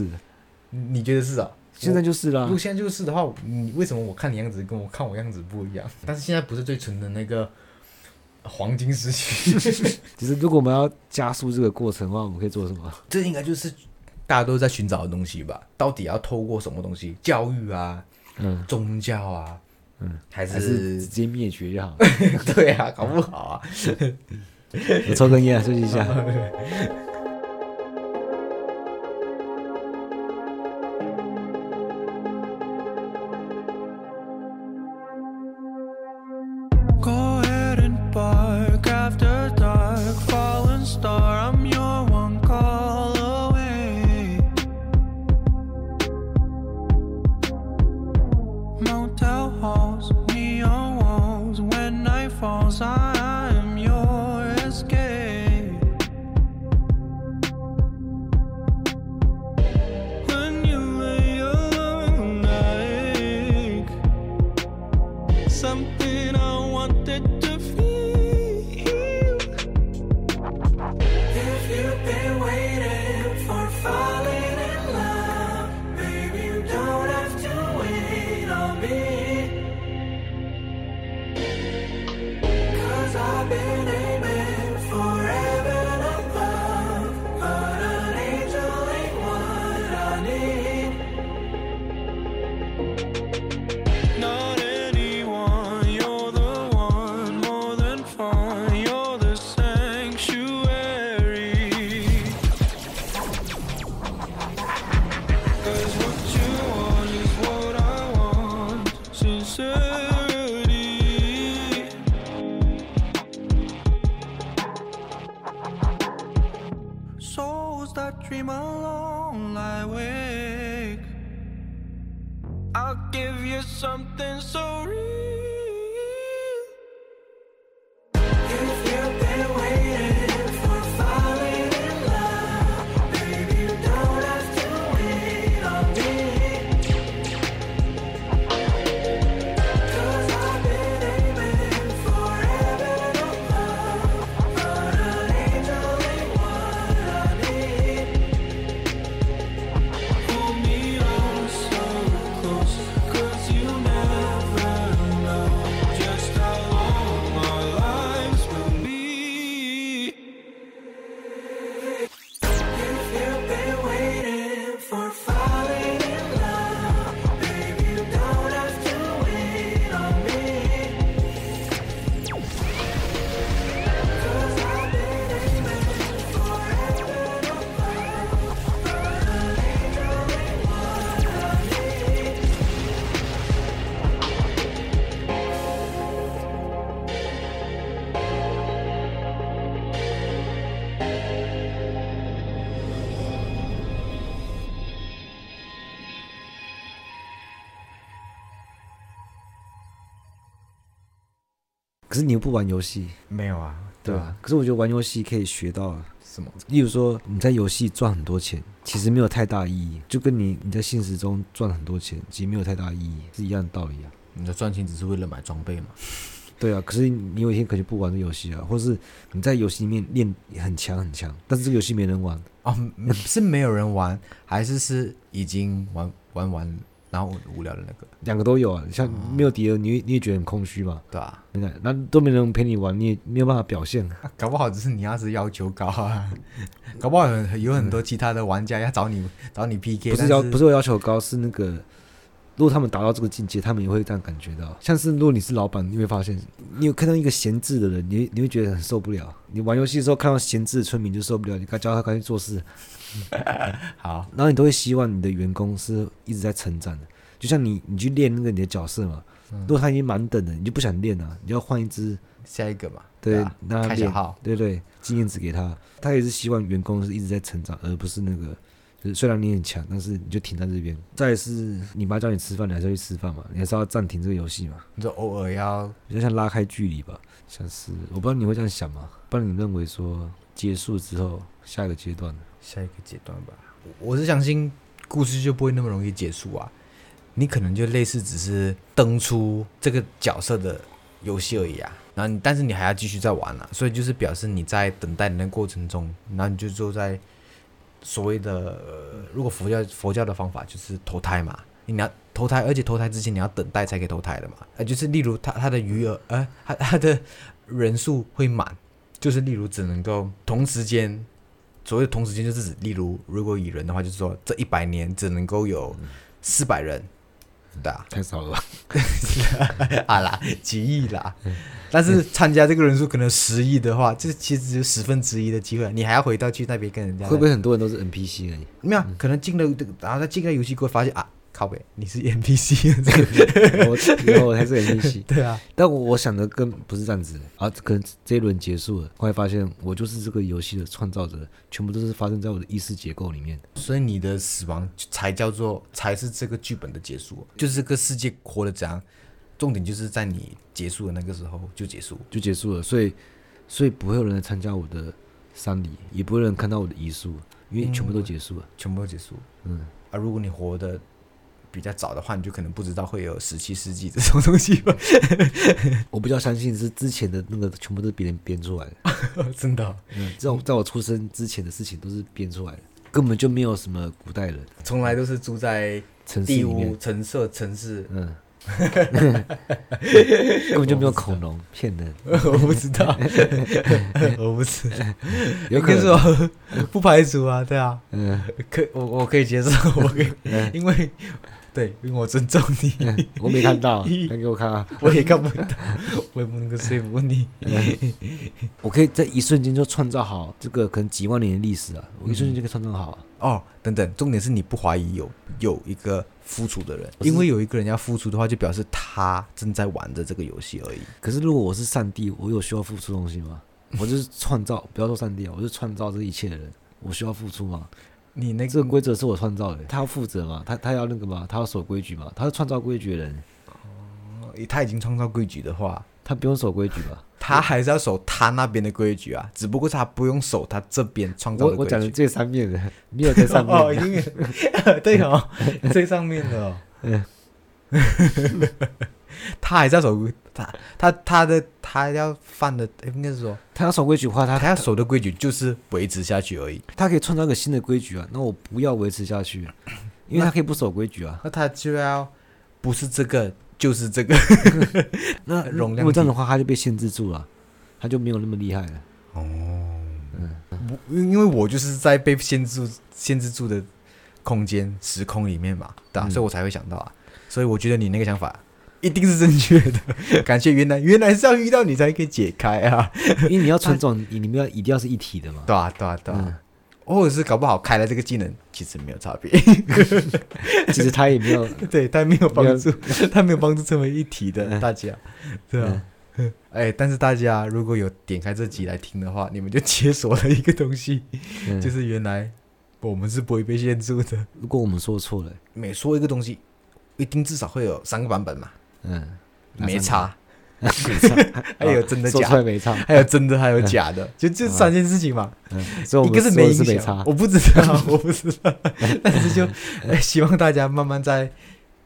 你你觉得是啊？现在就是啦如果。现在就是的话，你为什么我看你样子跟我看我样子不一嗯样？但是现在不是最纯的那个黄金时期， 其实如果我们要加速这个过程的话，我们可以做什么？这应该就是大家都在寻找的东西吧？到底要透过什么东西？教育啊，嗯，宗教啊，嗯，还还是直是接灭绝就好。 对啊，搞不好啊。我抽根烟啊，休息一下。 Go ahead and bark after dark. Fallen star, I'm your one call away. Motel halls, neon walls. When night falls, I am your escape. those that dream alone lie awake. I'll give you something so real. If you've been waiting for falling in love, baby, you don't have to wait on me. 'Cause I've been aiming forever to love, but an angel ain't what I need. Pull me on so close, 'cause you never know just how long our lives will be. If you've been waiting for falling in love, baby, you don't have to wait on me. 'Cause I've been aiming forever to love. 可是你又不玩游戏，没有啊，对对吧、吧？可是我觉得玩游戏可以学到，什么？例如说你在游戏赚很多钱，其实没有太大意义，就跟你你在现实中赚很多钱，其实没有太大意义，是一样的道理啊。你的赚钱只是为了买装备嘛？对啊，可是你有一天可能就不玩这游戏啊，或是你在游戏里面练很强很强，但是这个游戏没人玩，哦，嗯是没有人玩，还是是已经玩玩完，然后无聊的那个，两个都有啊。像没有敌人，你也你也觉得很空虚嘛，对吧、对不对？那都没人陪你玩，你也没有办法表现。啊？搞不好只是你要是要求高啊， 搞不好有有很多其他的玩家要找你找你 PK，不但是要不是我要求高，是那个，如果他们达到这个境界，他们也会这样感觉到。像是如果你是老板，你会发现，你有看到一个闲置的人，你会你会觉得很受不了。你玩游戏的时候看到闲置的村民就受不了，你该教他赶紧做事，好，然后你都会希望你的员工是一直在成长的。就像你，你去练那个你的角色嘛，如果他已经满等了，你就不想练了、你要换一只，下一个嘛，对啊吧，让他开小练，号，对对，经验值给他，他也是希望员工是一直在成长，而不是那个，就是虽然你很强，但是你就停在这边。再来是你妈叫你吃饭，你还是要去吃饭嘛，你还是要暂停这个游戏嘛，你就偶尔要比较像拉开距离吧。像是我不知道你会这样想吗？不然你认为说结束之后下一个阶段呢，下一个阶段吧。我我是相信故事就不会那么容易结束啊，你可能就类似只是登出这个角色的游戏而已啊，然后你但是你还要继续再玩啊，所以就是表示你在等待的那个过程中，然后你就就在所谓的、呃如果佛教佛教的方法就是投胎嘛，你要投胎，而且投胎之前你要等待才可以投胎的嘛，呃，就是例如他他的余额，呃，他他的人数会满。就是例如只能够同时间所谓的同时间，就是指例如如果以人的话，就是说这一百年只能够有四百人，对啊， 太少了吧？啊啦，几亿啦。但是参加这个人数可能十亿的话，这其实只有十分之一的机会，你还要回到去那边跟人家 会不嗯会很多人都是 NPC 而 已？没有啊？可能进了这个，然后再进了游戏过后发现啊，靠北，你是 NPC，这 个我以后还是 NPC。对啊，但我想的更不是这样子啊，可能这一轮结束了，后来发现我就是这个游戏的创造者，全部都是发生在我的意识结构里面。所以你的死亡才叫做才是这个剧本的结束，就是这个世界活得怎样，重点就是在你结束的那个时候就结束。就结束了，所以所以不会有人来参加我的丧礼，也不会有人看到我的遗书，因为全部都结束了。全部都结束。嗯，啊，如果你活得比较早的话，你就可能不知道会有十七世纪这种东西吧？我比较相信是之前的那个全部都是别人编出来的， 真的哦、嗯，在我在我出生之前的事情都是编出来的，根本就没有什么古代人从来都是住在城市地里面。屋、，城市、城市嗯， 根本就没有恐龙，骗人， 我不知道， 我不知道，有可可以能，说不排除啊，对啊，嗯，可我我可以接受，我可以， 因为对，因为我尊重你， 我没看到，你给我看啊。 我也看不到，我也不能够说服你。 我可以在一瞬间就创造好这个可能几万年的历史啊！我一瞬间就可以创造好、啊。哦，等等，重点是你不怀疑有有一个付出的人，不是因为有一个人要付出的话，就表示他正在玩着这个游戏而已。可是如果我 是上帝，我有需要付出东西吗？我就是创造，不要说上帝啊，我是创造这一切的人。我需要付出吗？你那这个规则是我创造的，他要负责嘛，他他要那个嘛，他要守规矩嘛，他是创造规矩的人，他已经创造规矩的话，他不用守规矩吧？他还是要守他那边的规矩啊，只不过是他不用守他这边创造我的我规矩。讲的最上面的，没有在 上哦，面，因为 对 哦，最上面的、哦，嗯 他还是要守他他他的他要犯的，诶应该是说他要守规矩的话，他他要守的规矩就是维持下去而已。他可以创造一个新的规矩啊，那我不要维持下去，啊因为他可以不守规矩啊。那他就要不是这个就是这个那呃容量如果这样体的话，他就被限制住了，他就没有那么厉害了。我，因因为我就是在被限制住限制住的空间时空里面嘛，对、啊嗯所以我才会想到啊。所以我觉得你那个想法一定是正确的，感谢原来原来是要遇到你才可以解开啊。 因为你要纯种，你你们要一定要是一体的嘛。对啊，对啊，对啊。嗯或者是搞不好开了这个技能，其实没有差别， 嗯其实他也没有，对他没有没帮有助， 他没有帮助成为一体的嗯大 家，对啊。哎，但是大家如果有点开这集来听的话，你们就解锁了一个东西，嗯就是原来我们是不会被限制的。如果我们说错了，每说一个东西，一定至少会有三个版本嘛，嗯，哪没三差，没差，还有哎真的说假出的，来没差，还有真的，还有假 的，就这三件事情嘛。嗯，所以我一们个说没的影是响，没差，我不知 道，我不知道，但是就、哎希望大家慢慢再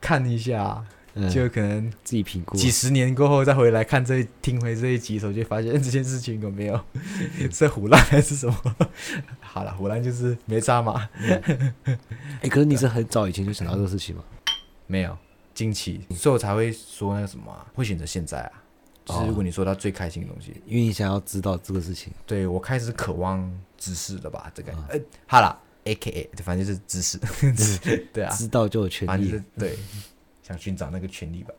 看一下，嗯，就可能自己评估。几十年过后再回来看这一听回这一集的时候，就发现哎这件事情有没有 是胡乱还是什么？ 好了，胡乱就是没渣嘛，哎，可是啊你是很早以前就想到这个事情嘛？没有惊奇，所以我才会说那个什么啊、会选择现在啊。就是如果你说到最开心的东西，因为你想要知道这个事情，对我开始渴望知识了吧？这个，呃，好了，A K A，反正就是知识，知 对啊，知道就有权反正就利是。对，想寻找那个权利吧。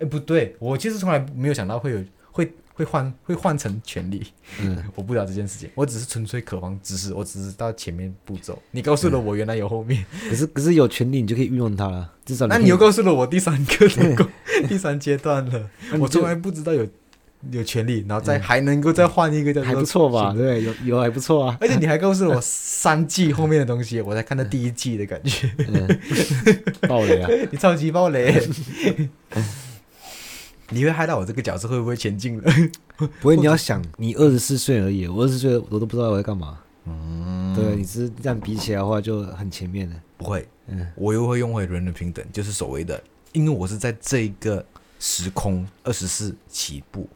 哎，不对，我其实从来没有想到会有会会换会换成权利，嗯， 我不知道这件事情，我只是纯粹渴望知识，我只是到前面步骤，你告诉了我原来有后面，可是可是有权利你就可以运用它了，至少那可你以又告诉了我第三个的过第三阶段了，我从来不知道有有权利，然后再还能够再换一个叫做嗯还不错吧？对不对，有有还不错啊。而且你还告诉了我三季后面的东西，我才看到第一季的感觉， 嗯爆雷啊！你超级暴雷， 你会害到我这个角色会不会前 进了？不会，你要想，你二十四岁而已，我二十岁我都不知道我在干嘛。嗯，对，你是这样比起来的话就很前面的。不会，嗯我又会用回人人平等，就是所谓的，因为我是在这一个时空二十四起步，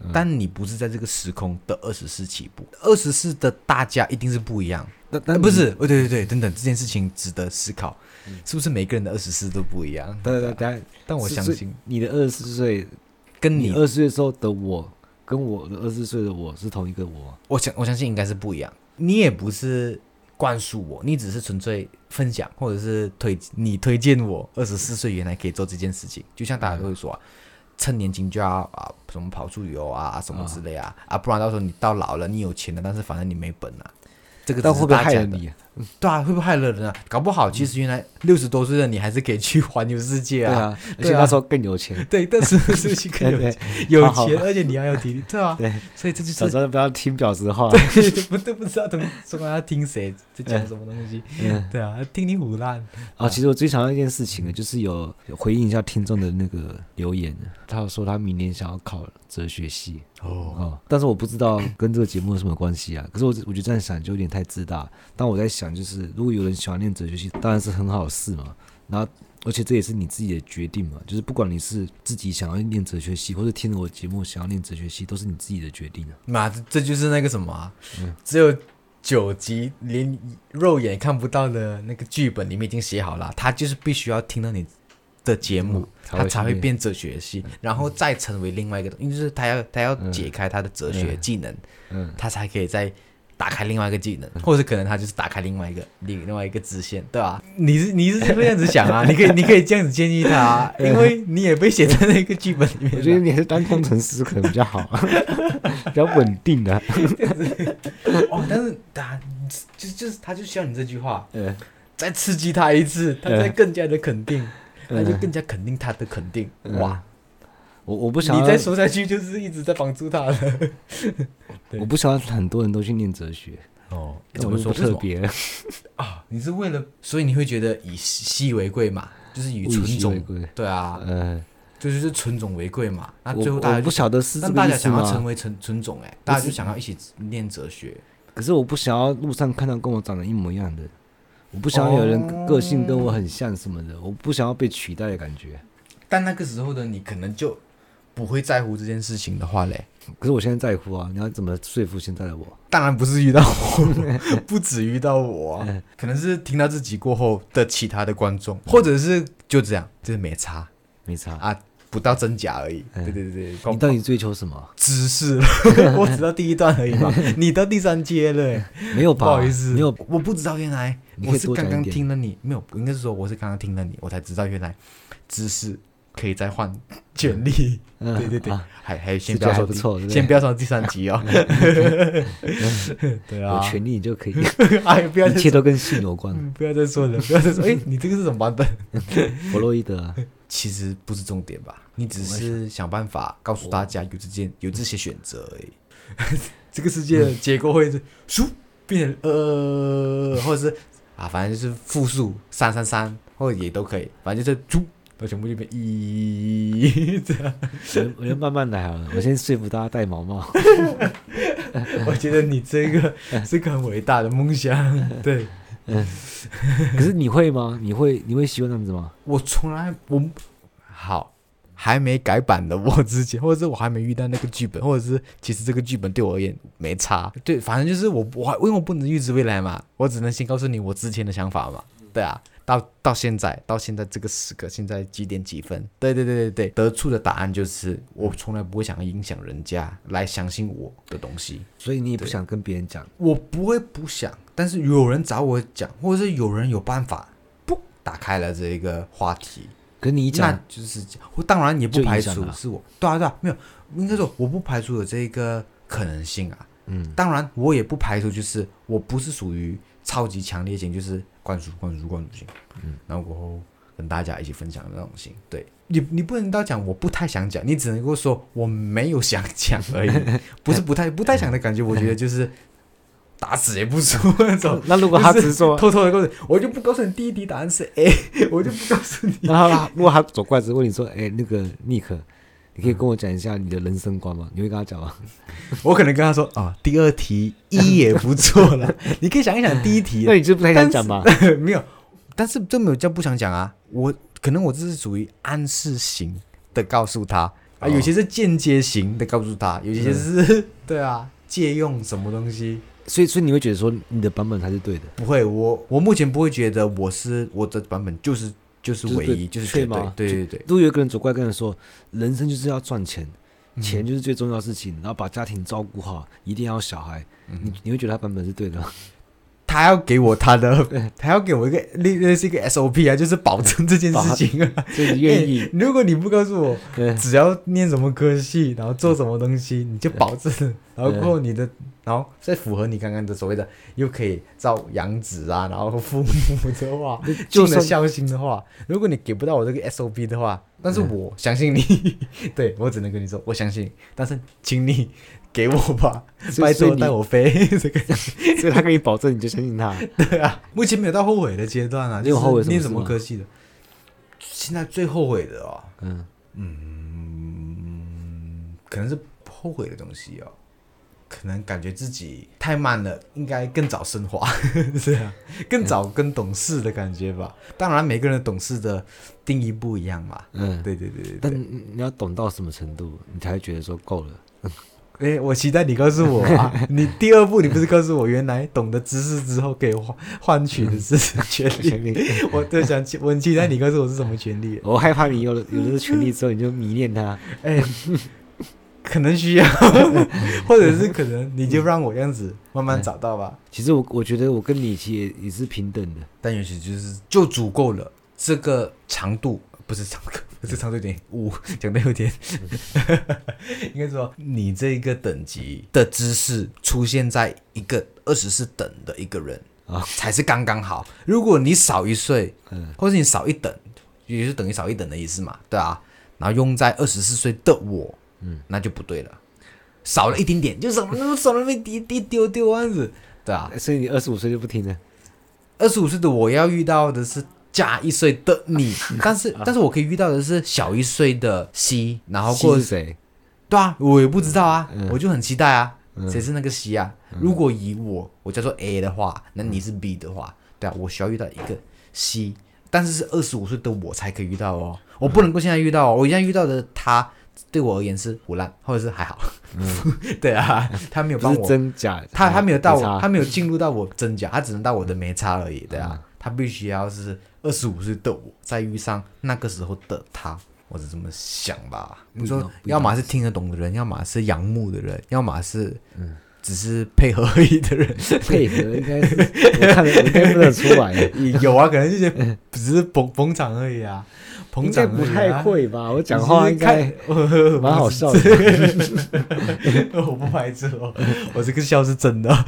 嗯但你不是在这个时空的二十四起步，二十四的大家一定是不一样。那呃但不，是，哦，对对对，等等，这件事情值得思考，是不是每个人的二十四都不一样？等等等下，但我相是信你的二十四岁，跟你你二十岁的时候的我，跟我的二十岁的我是同一个我。我相我相信应该是不一样。你也不是灌输我，你只是纯粹分享，或者是推你推荐我二十四岁原来可以做这件事情。就像大家都会说、啊，趁年轻就要啊什么跑出游啊什么之类啊嗯啊，不然到时候你到老了你有钱了，但是反正你没本啊。这个但只会是不会大害家了的？你啊？对啊，会不会害了人啊？搞不好其实原来六十多岁的你还是可以去环游世界对啊。啊，而且那时候更有钱。对，但是是去 更有对钱， 有好好钱，而且你还有体力，对啊，对，所以这就是早知道不要听婊子的话。我都 不知道从从他听谁在讲什么东西。嗯，对啊，听你胡乱。啊，其实我最想要一件事情呢，就是有有回应一下听众的那个留言，他有说他明年想要考哲学系。哦，哦，但是我不知道跟这个节目有什么关系啊。可是我我觉得这样想就有点太自大。但我在想，就是如果有人喜欢念哲学系，当然是很好的事嘛。然后，而且这也是你自己的决定嘛，就是不管你是自己想要念哲学系，或者听了我节目想要念哲学系，都是你自己的决定啊。妈，这这就是那个什么啊、嗯只有九集连肉眼看不到的那个剧本里面已经写好了，他就是必须要听到你的节目，嗯才他会才去嗯会念变哲学系，然后再成为另外一个，因为就是他要他要解开他的哲学技能，嗯，他才可以再打开另外一个技能，或者是可能他就是打开另外一个另另外一个支线，对吧、你是你是会这样子想啊？你 可以你可以这样子建议他 啊、因为你也被写在那个剧本里 面了。 我觉得你还是当工程师可能比较 好，比较稳定的、啊。哦，但是他就就是他就需要你这句话嗯，再刺激他一次，他才嗯更加的肯定，他嗯就更加肯定他的肯定。嗯哇，我我不想你要再，说下去就是一直在帮助他了。我不想要很多人都去念哲学。哦，那怎我么就说不特别了，啊？你是为了，所以你会觉得以稀为贵嘛，就是以物纯以稀为种，贵。对啊， 呃，就是就是纯种为贵嘛。那我啊最后大家我就不晓得是这但个大意家思想要成吗？为纯纯种哎、大家就想要一起念哲学。可是我不想要路上看到跟我长得一模一样的，我不想要有人个性跟我很像什么的，我不想要被取代的感觉。但那个时候的你可能就不会在乎这件事情的话嘞，可是我现在在乎啊，你要怎么说服现在的我？当然不是遇到我， 不止遇到我啊、嗯可能是听到自己过后的其他的观众，或者是就这样，就是没差没差。啊，不到真假而已。嗯对对对， 你到底追求什么？知 识，我只到第一段而 已嘛，你到第三阶了欸、没有不吧？好意思，没有。我不知道原来你可我以是多讲刚一刚点听了你，没有，应该是说我是刚刚听了你，我才知道原来知识可以再换权利。嗯 对对对，啊还还先不这要个还说不第错对不对先不要说第三集哦。 对有啊，嗯权利你就可以， 哎，不要再一切说都跟性有关。嗯不要再说了，不要 再说。哎，你这个是什么版本？弗洛伊德啊，其实不是重点吧，你只是想办法告诉大家有这件有这些选择而已。 这个世界的结构会是输变成呃，或者是啊，反正就是复数三三三，或者也都可以，反正就是猪，然后全部就变一 这样。我就我就慢慢来好了。我先说服大家戴 毛帽。我觉得你这个是个很伟大的梦想。对可是你会吗？你会你会喜欢这样子吗？我从来我好。还没改版的我之前，或者是我还没遇到那个剧本，或者是其实这个剧本对我而言没差，对，反正就是我我还因为我不能预知未来嘛，我只能先告诉你我之前的想法嘛，对啊，到到现在到现在这个时刻，现在几点几分？对对对对对，得出的答案就是我从来不会想要影响人家来相信我的东西，所以你也不想跟别人讲，我不会不想，但是有人找我讲，或者是有人有办法，不打开了这一个话题，可是你一那讲，就是这样我当然也不就排影响除了是我，对啊对啊，没有，应该说我不排除有这个可能性啊。嗯，当然，我也不排除就是我不是属于超级强烈型，就是灌输灌输灌输型，嗯，然后过后跟大家一起分享的那种型。对你，你不能到讲我不太想讲，你只能够说我没有想讲而已， 不是不太不太想的感觉。我觉得就是打死也不说那种。 那如果他只是说，偷偷的告诉你，我就不告诉你第一题答案是 A，我就不告诉你。 然后他如果他走过来只问你说，哎，那个尼克，你可以跟我讲一下你的人生观吗？你会跟他讲 吗？我可能跟他说啊，第二题一也不错 啦，你可以想一想第一题那你就不太想讲吧？没有，但是这没有叫不想讲啊。我可能我这是属于暗示型的告诉他哦啊，有些是间接型的告诉他，有些是、嗯 对啊，借用什么东西。 所以所以你会觉得说你的版本才是对的，不会，我我目前不会觉得我是我的版本就是就是就是唯对一，就是对绝对吗，对对对。如果有一个人走过来跟你说，人生就是要赚钱，钱就是最重要的事情，然后把家庭照顾好，一定要有小孩，你你会觉得他版本是对的 吗？他要给我他 的，他要给我一个类类似一个 SOP 啊，就是保证这件事情啊。就是愿欸 意，呃如果你不告诉我，对，只要念什么科系，然后做什么东西，你就保证，然后过后你的，然后再符合你刚刚的所谓的，又可以造养子啊，然后父母的话， 就尽了算孝心的话，如果你给不到我这个 SOP 的话，但是我相信你， 对我只能跟你说，我相信，但是请你给我吧，所拜以所以托你带我飞， 这个所以他可以保证你就相信 他。对啊，目前没有到后悔的阶段啊，你有后悔就是什么念事什么吗科系的？现在最后悔的哦，嗯，嗯，可能是后悔的东西哦，可能感觉自己太慢了，应该更早升华， 是啊，更早更懂事的感觉吧。当然，每个人懂事的定义不一样嘛。嗯对对对对但对。你你要懂到什么程度，你才会觉得说够 了？哎，我期待你告诉我 啊，你第二步你不是告诉我原来懂得知识之后可以换换取的知识权 利？我对想期我很期待你告诉我是什么权利。我害怕你有了有了这权利之后，你就迷恋他。哎，可能需 要，或者是可能你就让我这样子慢嗯慢找到吧。其实我我觉得我跟你其实也也是平等的，但也许就是就足够了，这个长度不是长度， 不是长度有点误， 讲的有点，应该说你这个等级的知识出现在一个二十四等的一个人啊才是刚刚好。如果你少一岁，嗯或者你少一等，也就是等于少一等的意思嘛，对啊。然后用在二十四岁的我，嗯，那就不对了，少了一点点，就少了少了那么一一丢丢这样子。对啊，所以你二十五岁就不听了，二十五岁的我要遇到的是加一岁的 你，但是啊但是我可以遇到的是小一岁的 C，然后西过是谁？对啊，我也不知道啊，嗯我就很期待啊，嗯谁是那个 C 啊？如果以我我叫做 A 的话，那嗯你是 B 的话，对啊，我需要遇到一个 C，但是是二十五岁的我才可以遇到哦，嗯我不能够现在遇到哦，我现在遇到的他对我而言是腐烂，或者是还好， 对啊，他没有嗯不帮是我真假，他他没有到哦没差我，他没有进入到我真假，他只能到我的没差而已，对啊，嗯他必须要是二十五岁的我，再遇上那个时候的他，我是这么想吧。你定啊说，不一定要么是听得懂的人，要么是仰慕的人，要么是嗯只是配合而已的 人。配合应该是，我看了我应该不能出来，有啊，可能这些只是捧捧场而已啊，捧应该场而不已啊太。会吧？我讲话应该蛮好笑的， 我不排斥哦，我这个笑是真 的。哦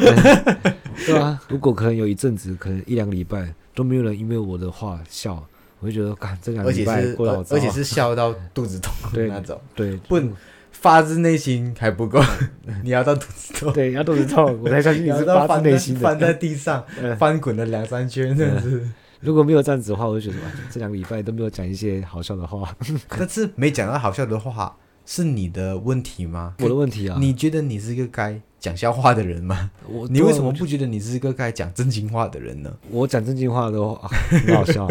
对啊。如果可能有一阵子，可能一两个礼拜都没有人因为我的话笑，我就觉得，干这两个而礼且拜是过得好糟而啊且是笑到肚子痛的对那种，对不发自内心还不够， 你要到肚子痛，对，然后肚子痛，我才相信你 你要是到发翻自在内心翻的。在地 上嗯翻滚了两三圈这样 子，如果没有这样子的话，我就觉得哇，这两个礼拜都没有讲一些好笑的话，但是没讲到好笑的话，是你的问题吗？我的问题啊，你觉得你是一个该讲笑话的人吗？我你为什么不觉得你是一个该讲真心话的人呢？我讲正经话的话、啊很 好笑，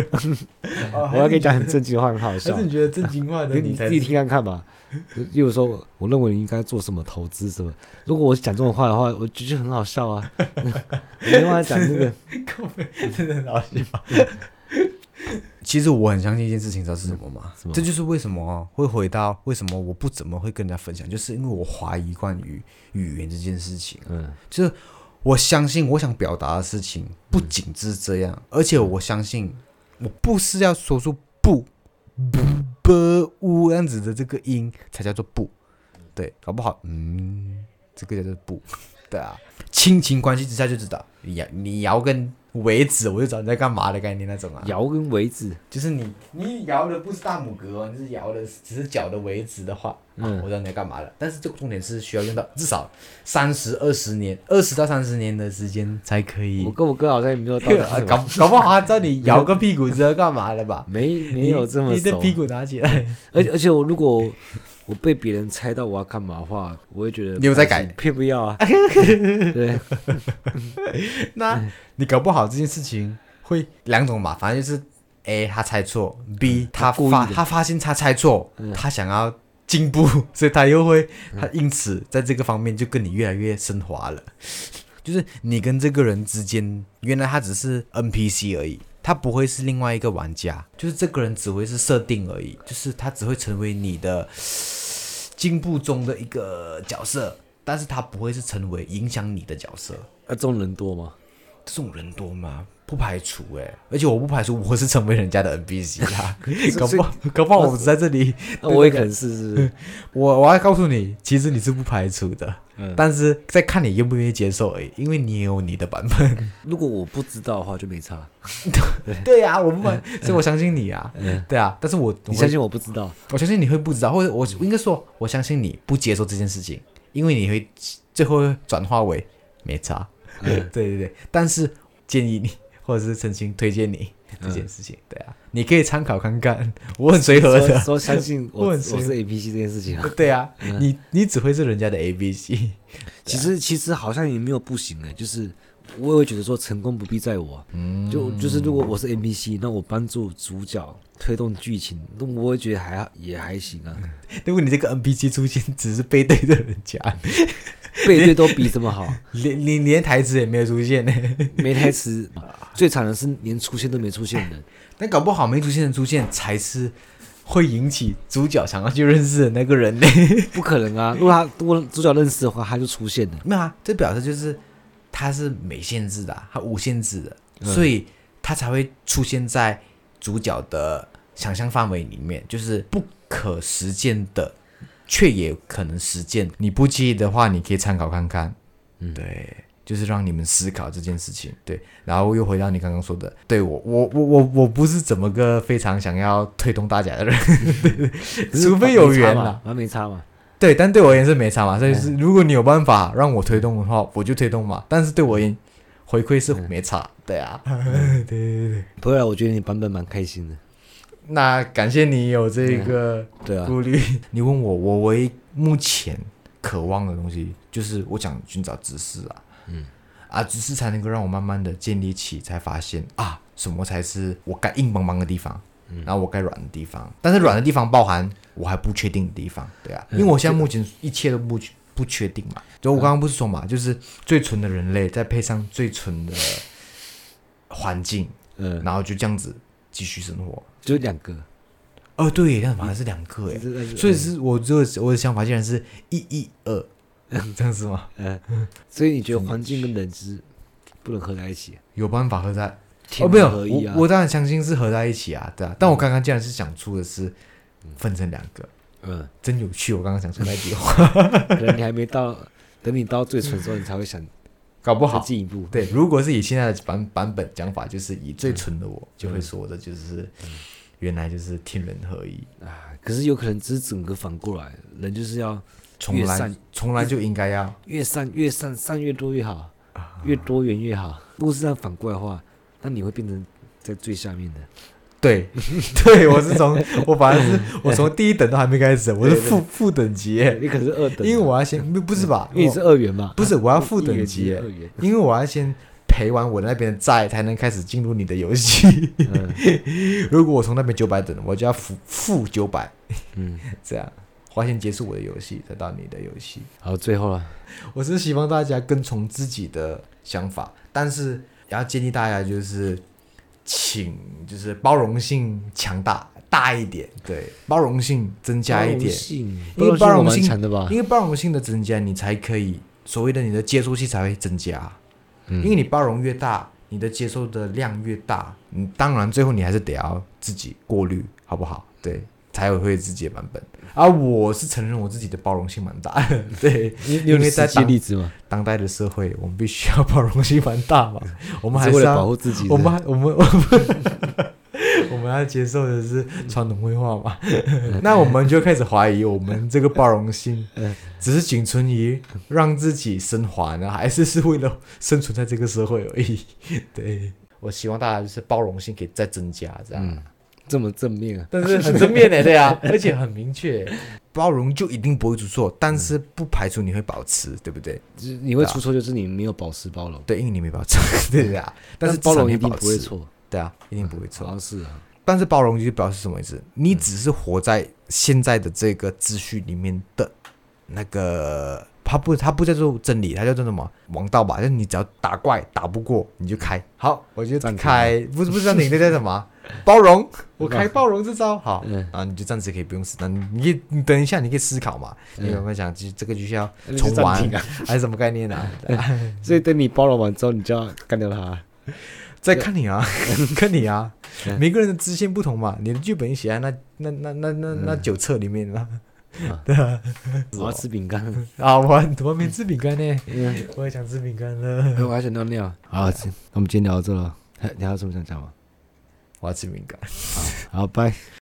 我要跟你讲很正经话很好笑还是，你觉得真心话的你你 你才自己听看看吧。例如说，我认为你应该做什么投资什么，如果我讲这种话的话，我觉得很好 笑啊。你没办法讲这个，真的很好笑。其实我很相信一件事情，知道是什么吗？嗯什么这就是为什么会回到为什么我不怎么会跟人家分享，就是因为我怀疑关于语言这件事情。啊嗯，就是我相信我想表达的事情不仅是这样，嗯而且我相信我不是要说出不不不呜这样子的这个音才叫做不，对，搞不好嗯，这个叫做不，对啊，亲情关系之下就知道，你摇你摇跟为止，我就知道你在干嘛的概念那种啊，摇跟为止，就是你你摇的不是大拇哥、哦，你是摇的只是脚的为止的话，嗯啊我知道你在干嘛了。但是这个重点是需要用到至少三十二十年，二十到三十年的时间才可以啊我。跟我哥好像也没有 到底是什么搞搞不好他知道你摇个屁股知道干嘛了吧？没 没有这么你你的熟。屁股拿起来，而且而且我如果我被别人猜到我要干嘛的话，我会觉得你有在改偏不要 啊。对，那你搞不好这件事情会两种吧，反正就是 A 他猜错，B 他嗯故意发的嗯他发现他猜错，他想要进步， 所以他又会他因此在这个方面就跟你越来越升华了。 就是你跟这个人之间，原来他只是 NPC 而已，他不会是另外一个玩家，就是这个人只会是设定而已，就是他只会成为你的进步中的一个角色，但是他不会是成为影响你的角色。啊，这种人多吗？这种人多吗？不排除哎、而且我不排除我是成为人家的 NPC 啦，搞不好搞不好我只在这里，那我也可能是，是不是？我我要告诉你，其实你是不排除的，嗯但是在看你愿不愿意接受而已，因为你也有你的版本。如果我不知道的话，就没差。 对啊，我不排，所以我相信你啊，对啊，但是我嗯你相信我不知道？我相信你会不知道，或者我应该说，我相信你不接受这件事情，因为你会最后会转化为没差。对 对对，但是建议你，或者是诚心推荐你这件事情，对啊，你可以参考看看，我很随和说的。说相信我， 我我很随是 A B C 这件事情啊。 对啊，你你只会是人家的 A B C， 其实其实好像也没有不行哎，就是我也会觉得说成功不必在我啊，嗯就就是如果我是 NPC，那我帮助主角推动剧情，那我会觉得还也还 行啊，如果你这个 N P C 出现，只是背对着人家，背对都比什么好，连你连台词也没有出现呢， 没台词，最惨的是连出现都没出现的。但搞不好没出现的出现才是会引起主角想要去认识的那个人呢。不可能啊！如果他如果主角认识的话，他就出现了。没有啊，这表示就是它是没限制的啊、它无限制的，所以它才会出现在主角的想象范围里面，就是不可实践的，却也可能实践。你不介意的话，你可以参考看看。嗯，对。就是让你们思考这件事情，对，然后又回到你刚刚说的，对我，我，我，我，我不是怎么个非常想要推动大家的人，对对除非有缘啊啦了，，完没差嘛？对，但对我而言是没差嘛，所以是如果你有办法让我推动的话，我就推动嘛。但是对我而言，回馈是没差，对啊。不会啊，我觉得你版本蛮开心的。那感谢你有这个对啊，顾虑。呃你问我，我唯一目前渴望的东西，就是我想寻找知识啊，嗯，啊，知识才能够让我慢慢的建立起，才发现啊，什么才是我该硬邦邦的地方，然后我该软的地方。但是软的地方包含我还不确定的地方，对啊，因为我现在目前一切都不不确定嘛。就我刚刚不是说嘛，就是最纯的人类，再配上最纯的环境，嗯，然后就这样子继续生活。就两个，哦，对，但反而是两个哎，所呃以是我这个我的想法竟然是一一二 这样子吗？所以你觉得环境跟人是不能合在一起？有办法合在？天哦，没人有，合一啊我我当然相信是合在一起啊，对啊。但我刚刚竟然是想出的是分成两个，嗯，真有趣。我刚刚想出那句话，可能你还没到， 等你到最纯的时候，你才会 想 搞不再好进一步。对。如果是以现在的版版本讲法，就是以最纯的我就会说的就是原来就是天人合一，啊，可是有可能只是整个反过来，人就是要从越来善从来就应该要越善越善善越多越好，越多元越好。如果是这样反过来的话，那你会变成在最下面的。 对， 对我是从我反而 是我从第一等都还没开始，我是副副等级耶， 你可能是二等，因为我要先不不是吧？因为你是我二元嘛， 不是我要副一等元级即耶二，元，因为我要先赔完我那边的债，才能开始进入你的游戏。 如果我从那边九百等，我就要负负九百，嗯，这样花钱结束我的游戏，再到你的游戏。好，最后了，我是希望大家跟从自己的想法，但是也要建议大家就是，请就是包容性强大大一点，对，包容性增加一包容点，性，因为包我容蛮性强的吧因？为包容性的增加，你才可以所谓的你的接受性才会增加，嗯因为你包容越大，你的接受的量越大，你当然最后你还是得要自己过滤，好不好？对。才有会自己的版本，而、我是承认我自己的包容性蛮大的， 对，你你因为有在实际当例子吗？当代的社会，我们必须要包容性蛮大嘛。我们还是为是了保要，护自己的，我们还我们我们 我们要接受的是传统文化嘛。那我们就开始怀疑，我们这个包容性只是仅存于让自己升华呢，还是是为了生存在这个社会而已？ 对，我希望大家就是包容性可以再增加，这样。嗯，这么正面啊，但 是很正面的，对啊，而且很明确，嗯包容就一定不会出错，但是不排除你会保持，对不对？啊就是你会出错，就是你没有保持包容，对，因为你没保持， 对啊，但是包容一定至少不你保持，会错，对啊，一定不会好错。像是啊，但是包容就表示什么意思？嗯你只是活在现在的这个秩序里面的那个，它不，它不叫做真理，它叫做什么王道吧？就是你只要打怪打不过，你就嗯开。好，我就暂停开，不是不是暂停，那叫什 么？包容，我开包容这招好，嗯然后你就暂时可以不用死，那你你可以你等一下，你可以思考嘛。嗯你有没有想，就这个就需要那就重暂玩停啊，还是什么概念啊？所以等你包容完之后，你就要干掉他，在看你 啊，看你啊对，每个人的支线不同嘛，你的剧本写在那那那那那那九册里面了哦我要吃饼干， 啊，我还我还没吃饼干呢，嗯我也想吃饼干了，哎我还想尿尿，好，这那我们今天聊到这了，还你还有什么想讲吗？我要吃饼干。好，拜。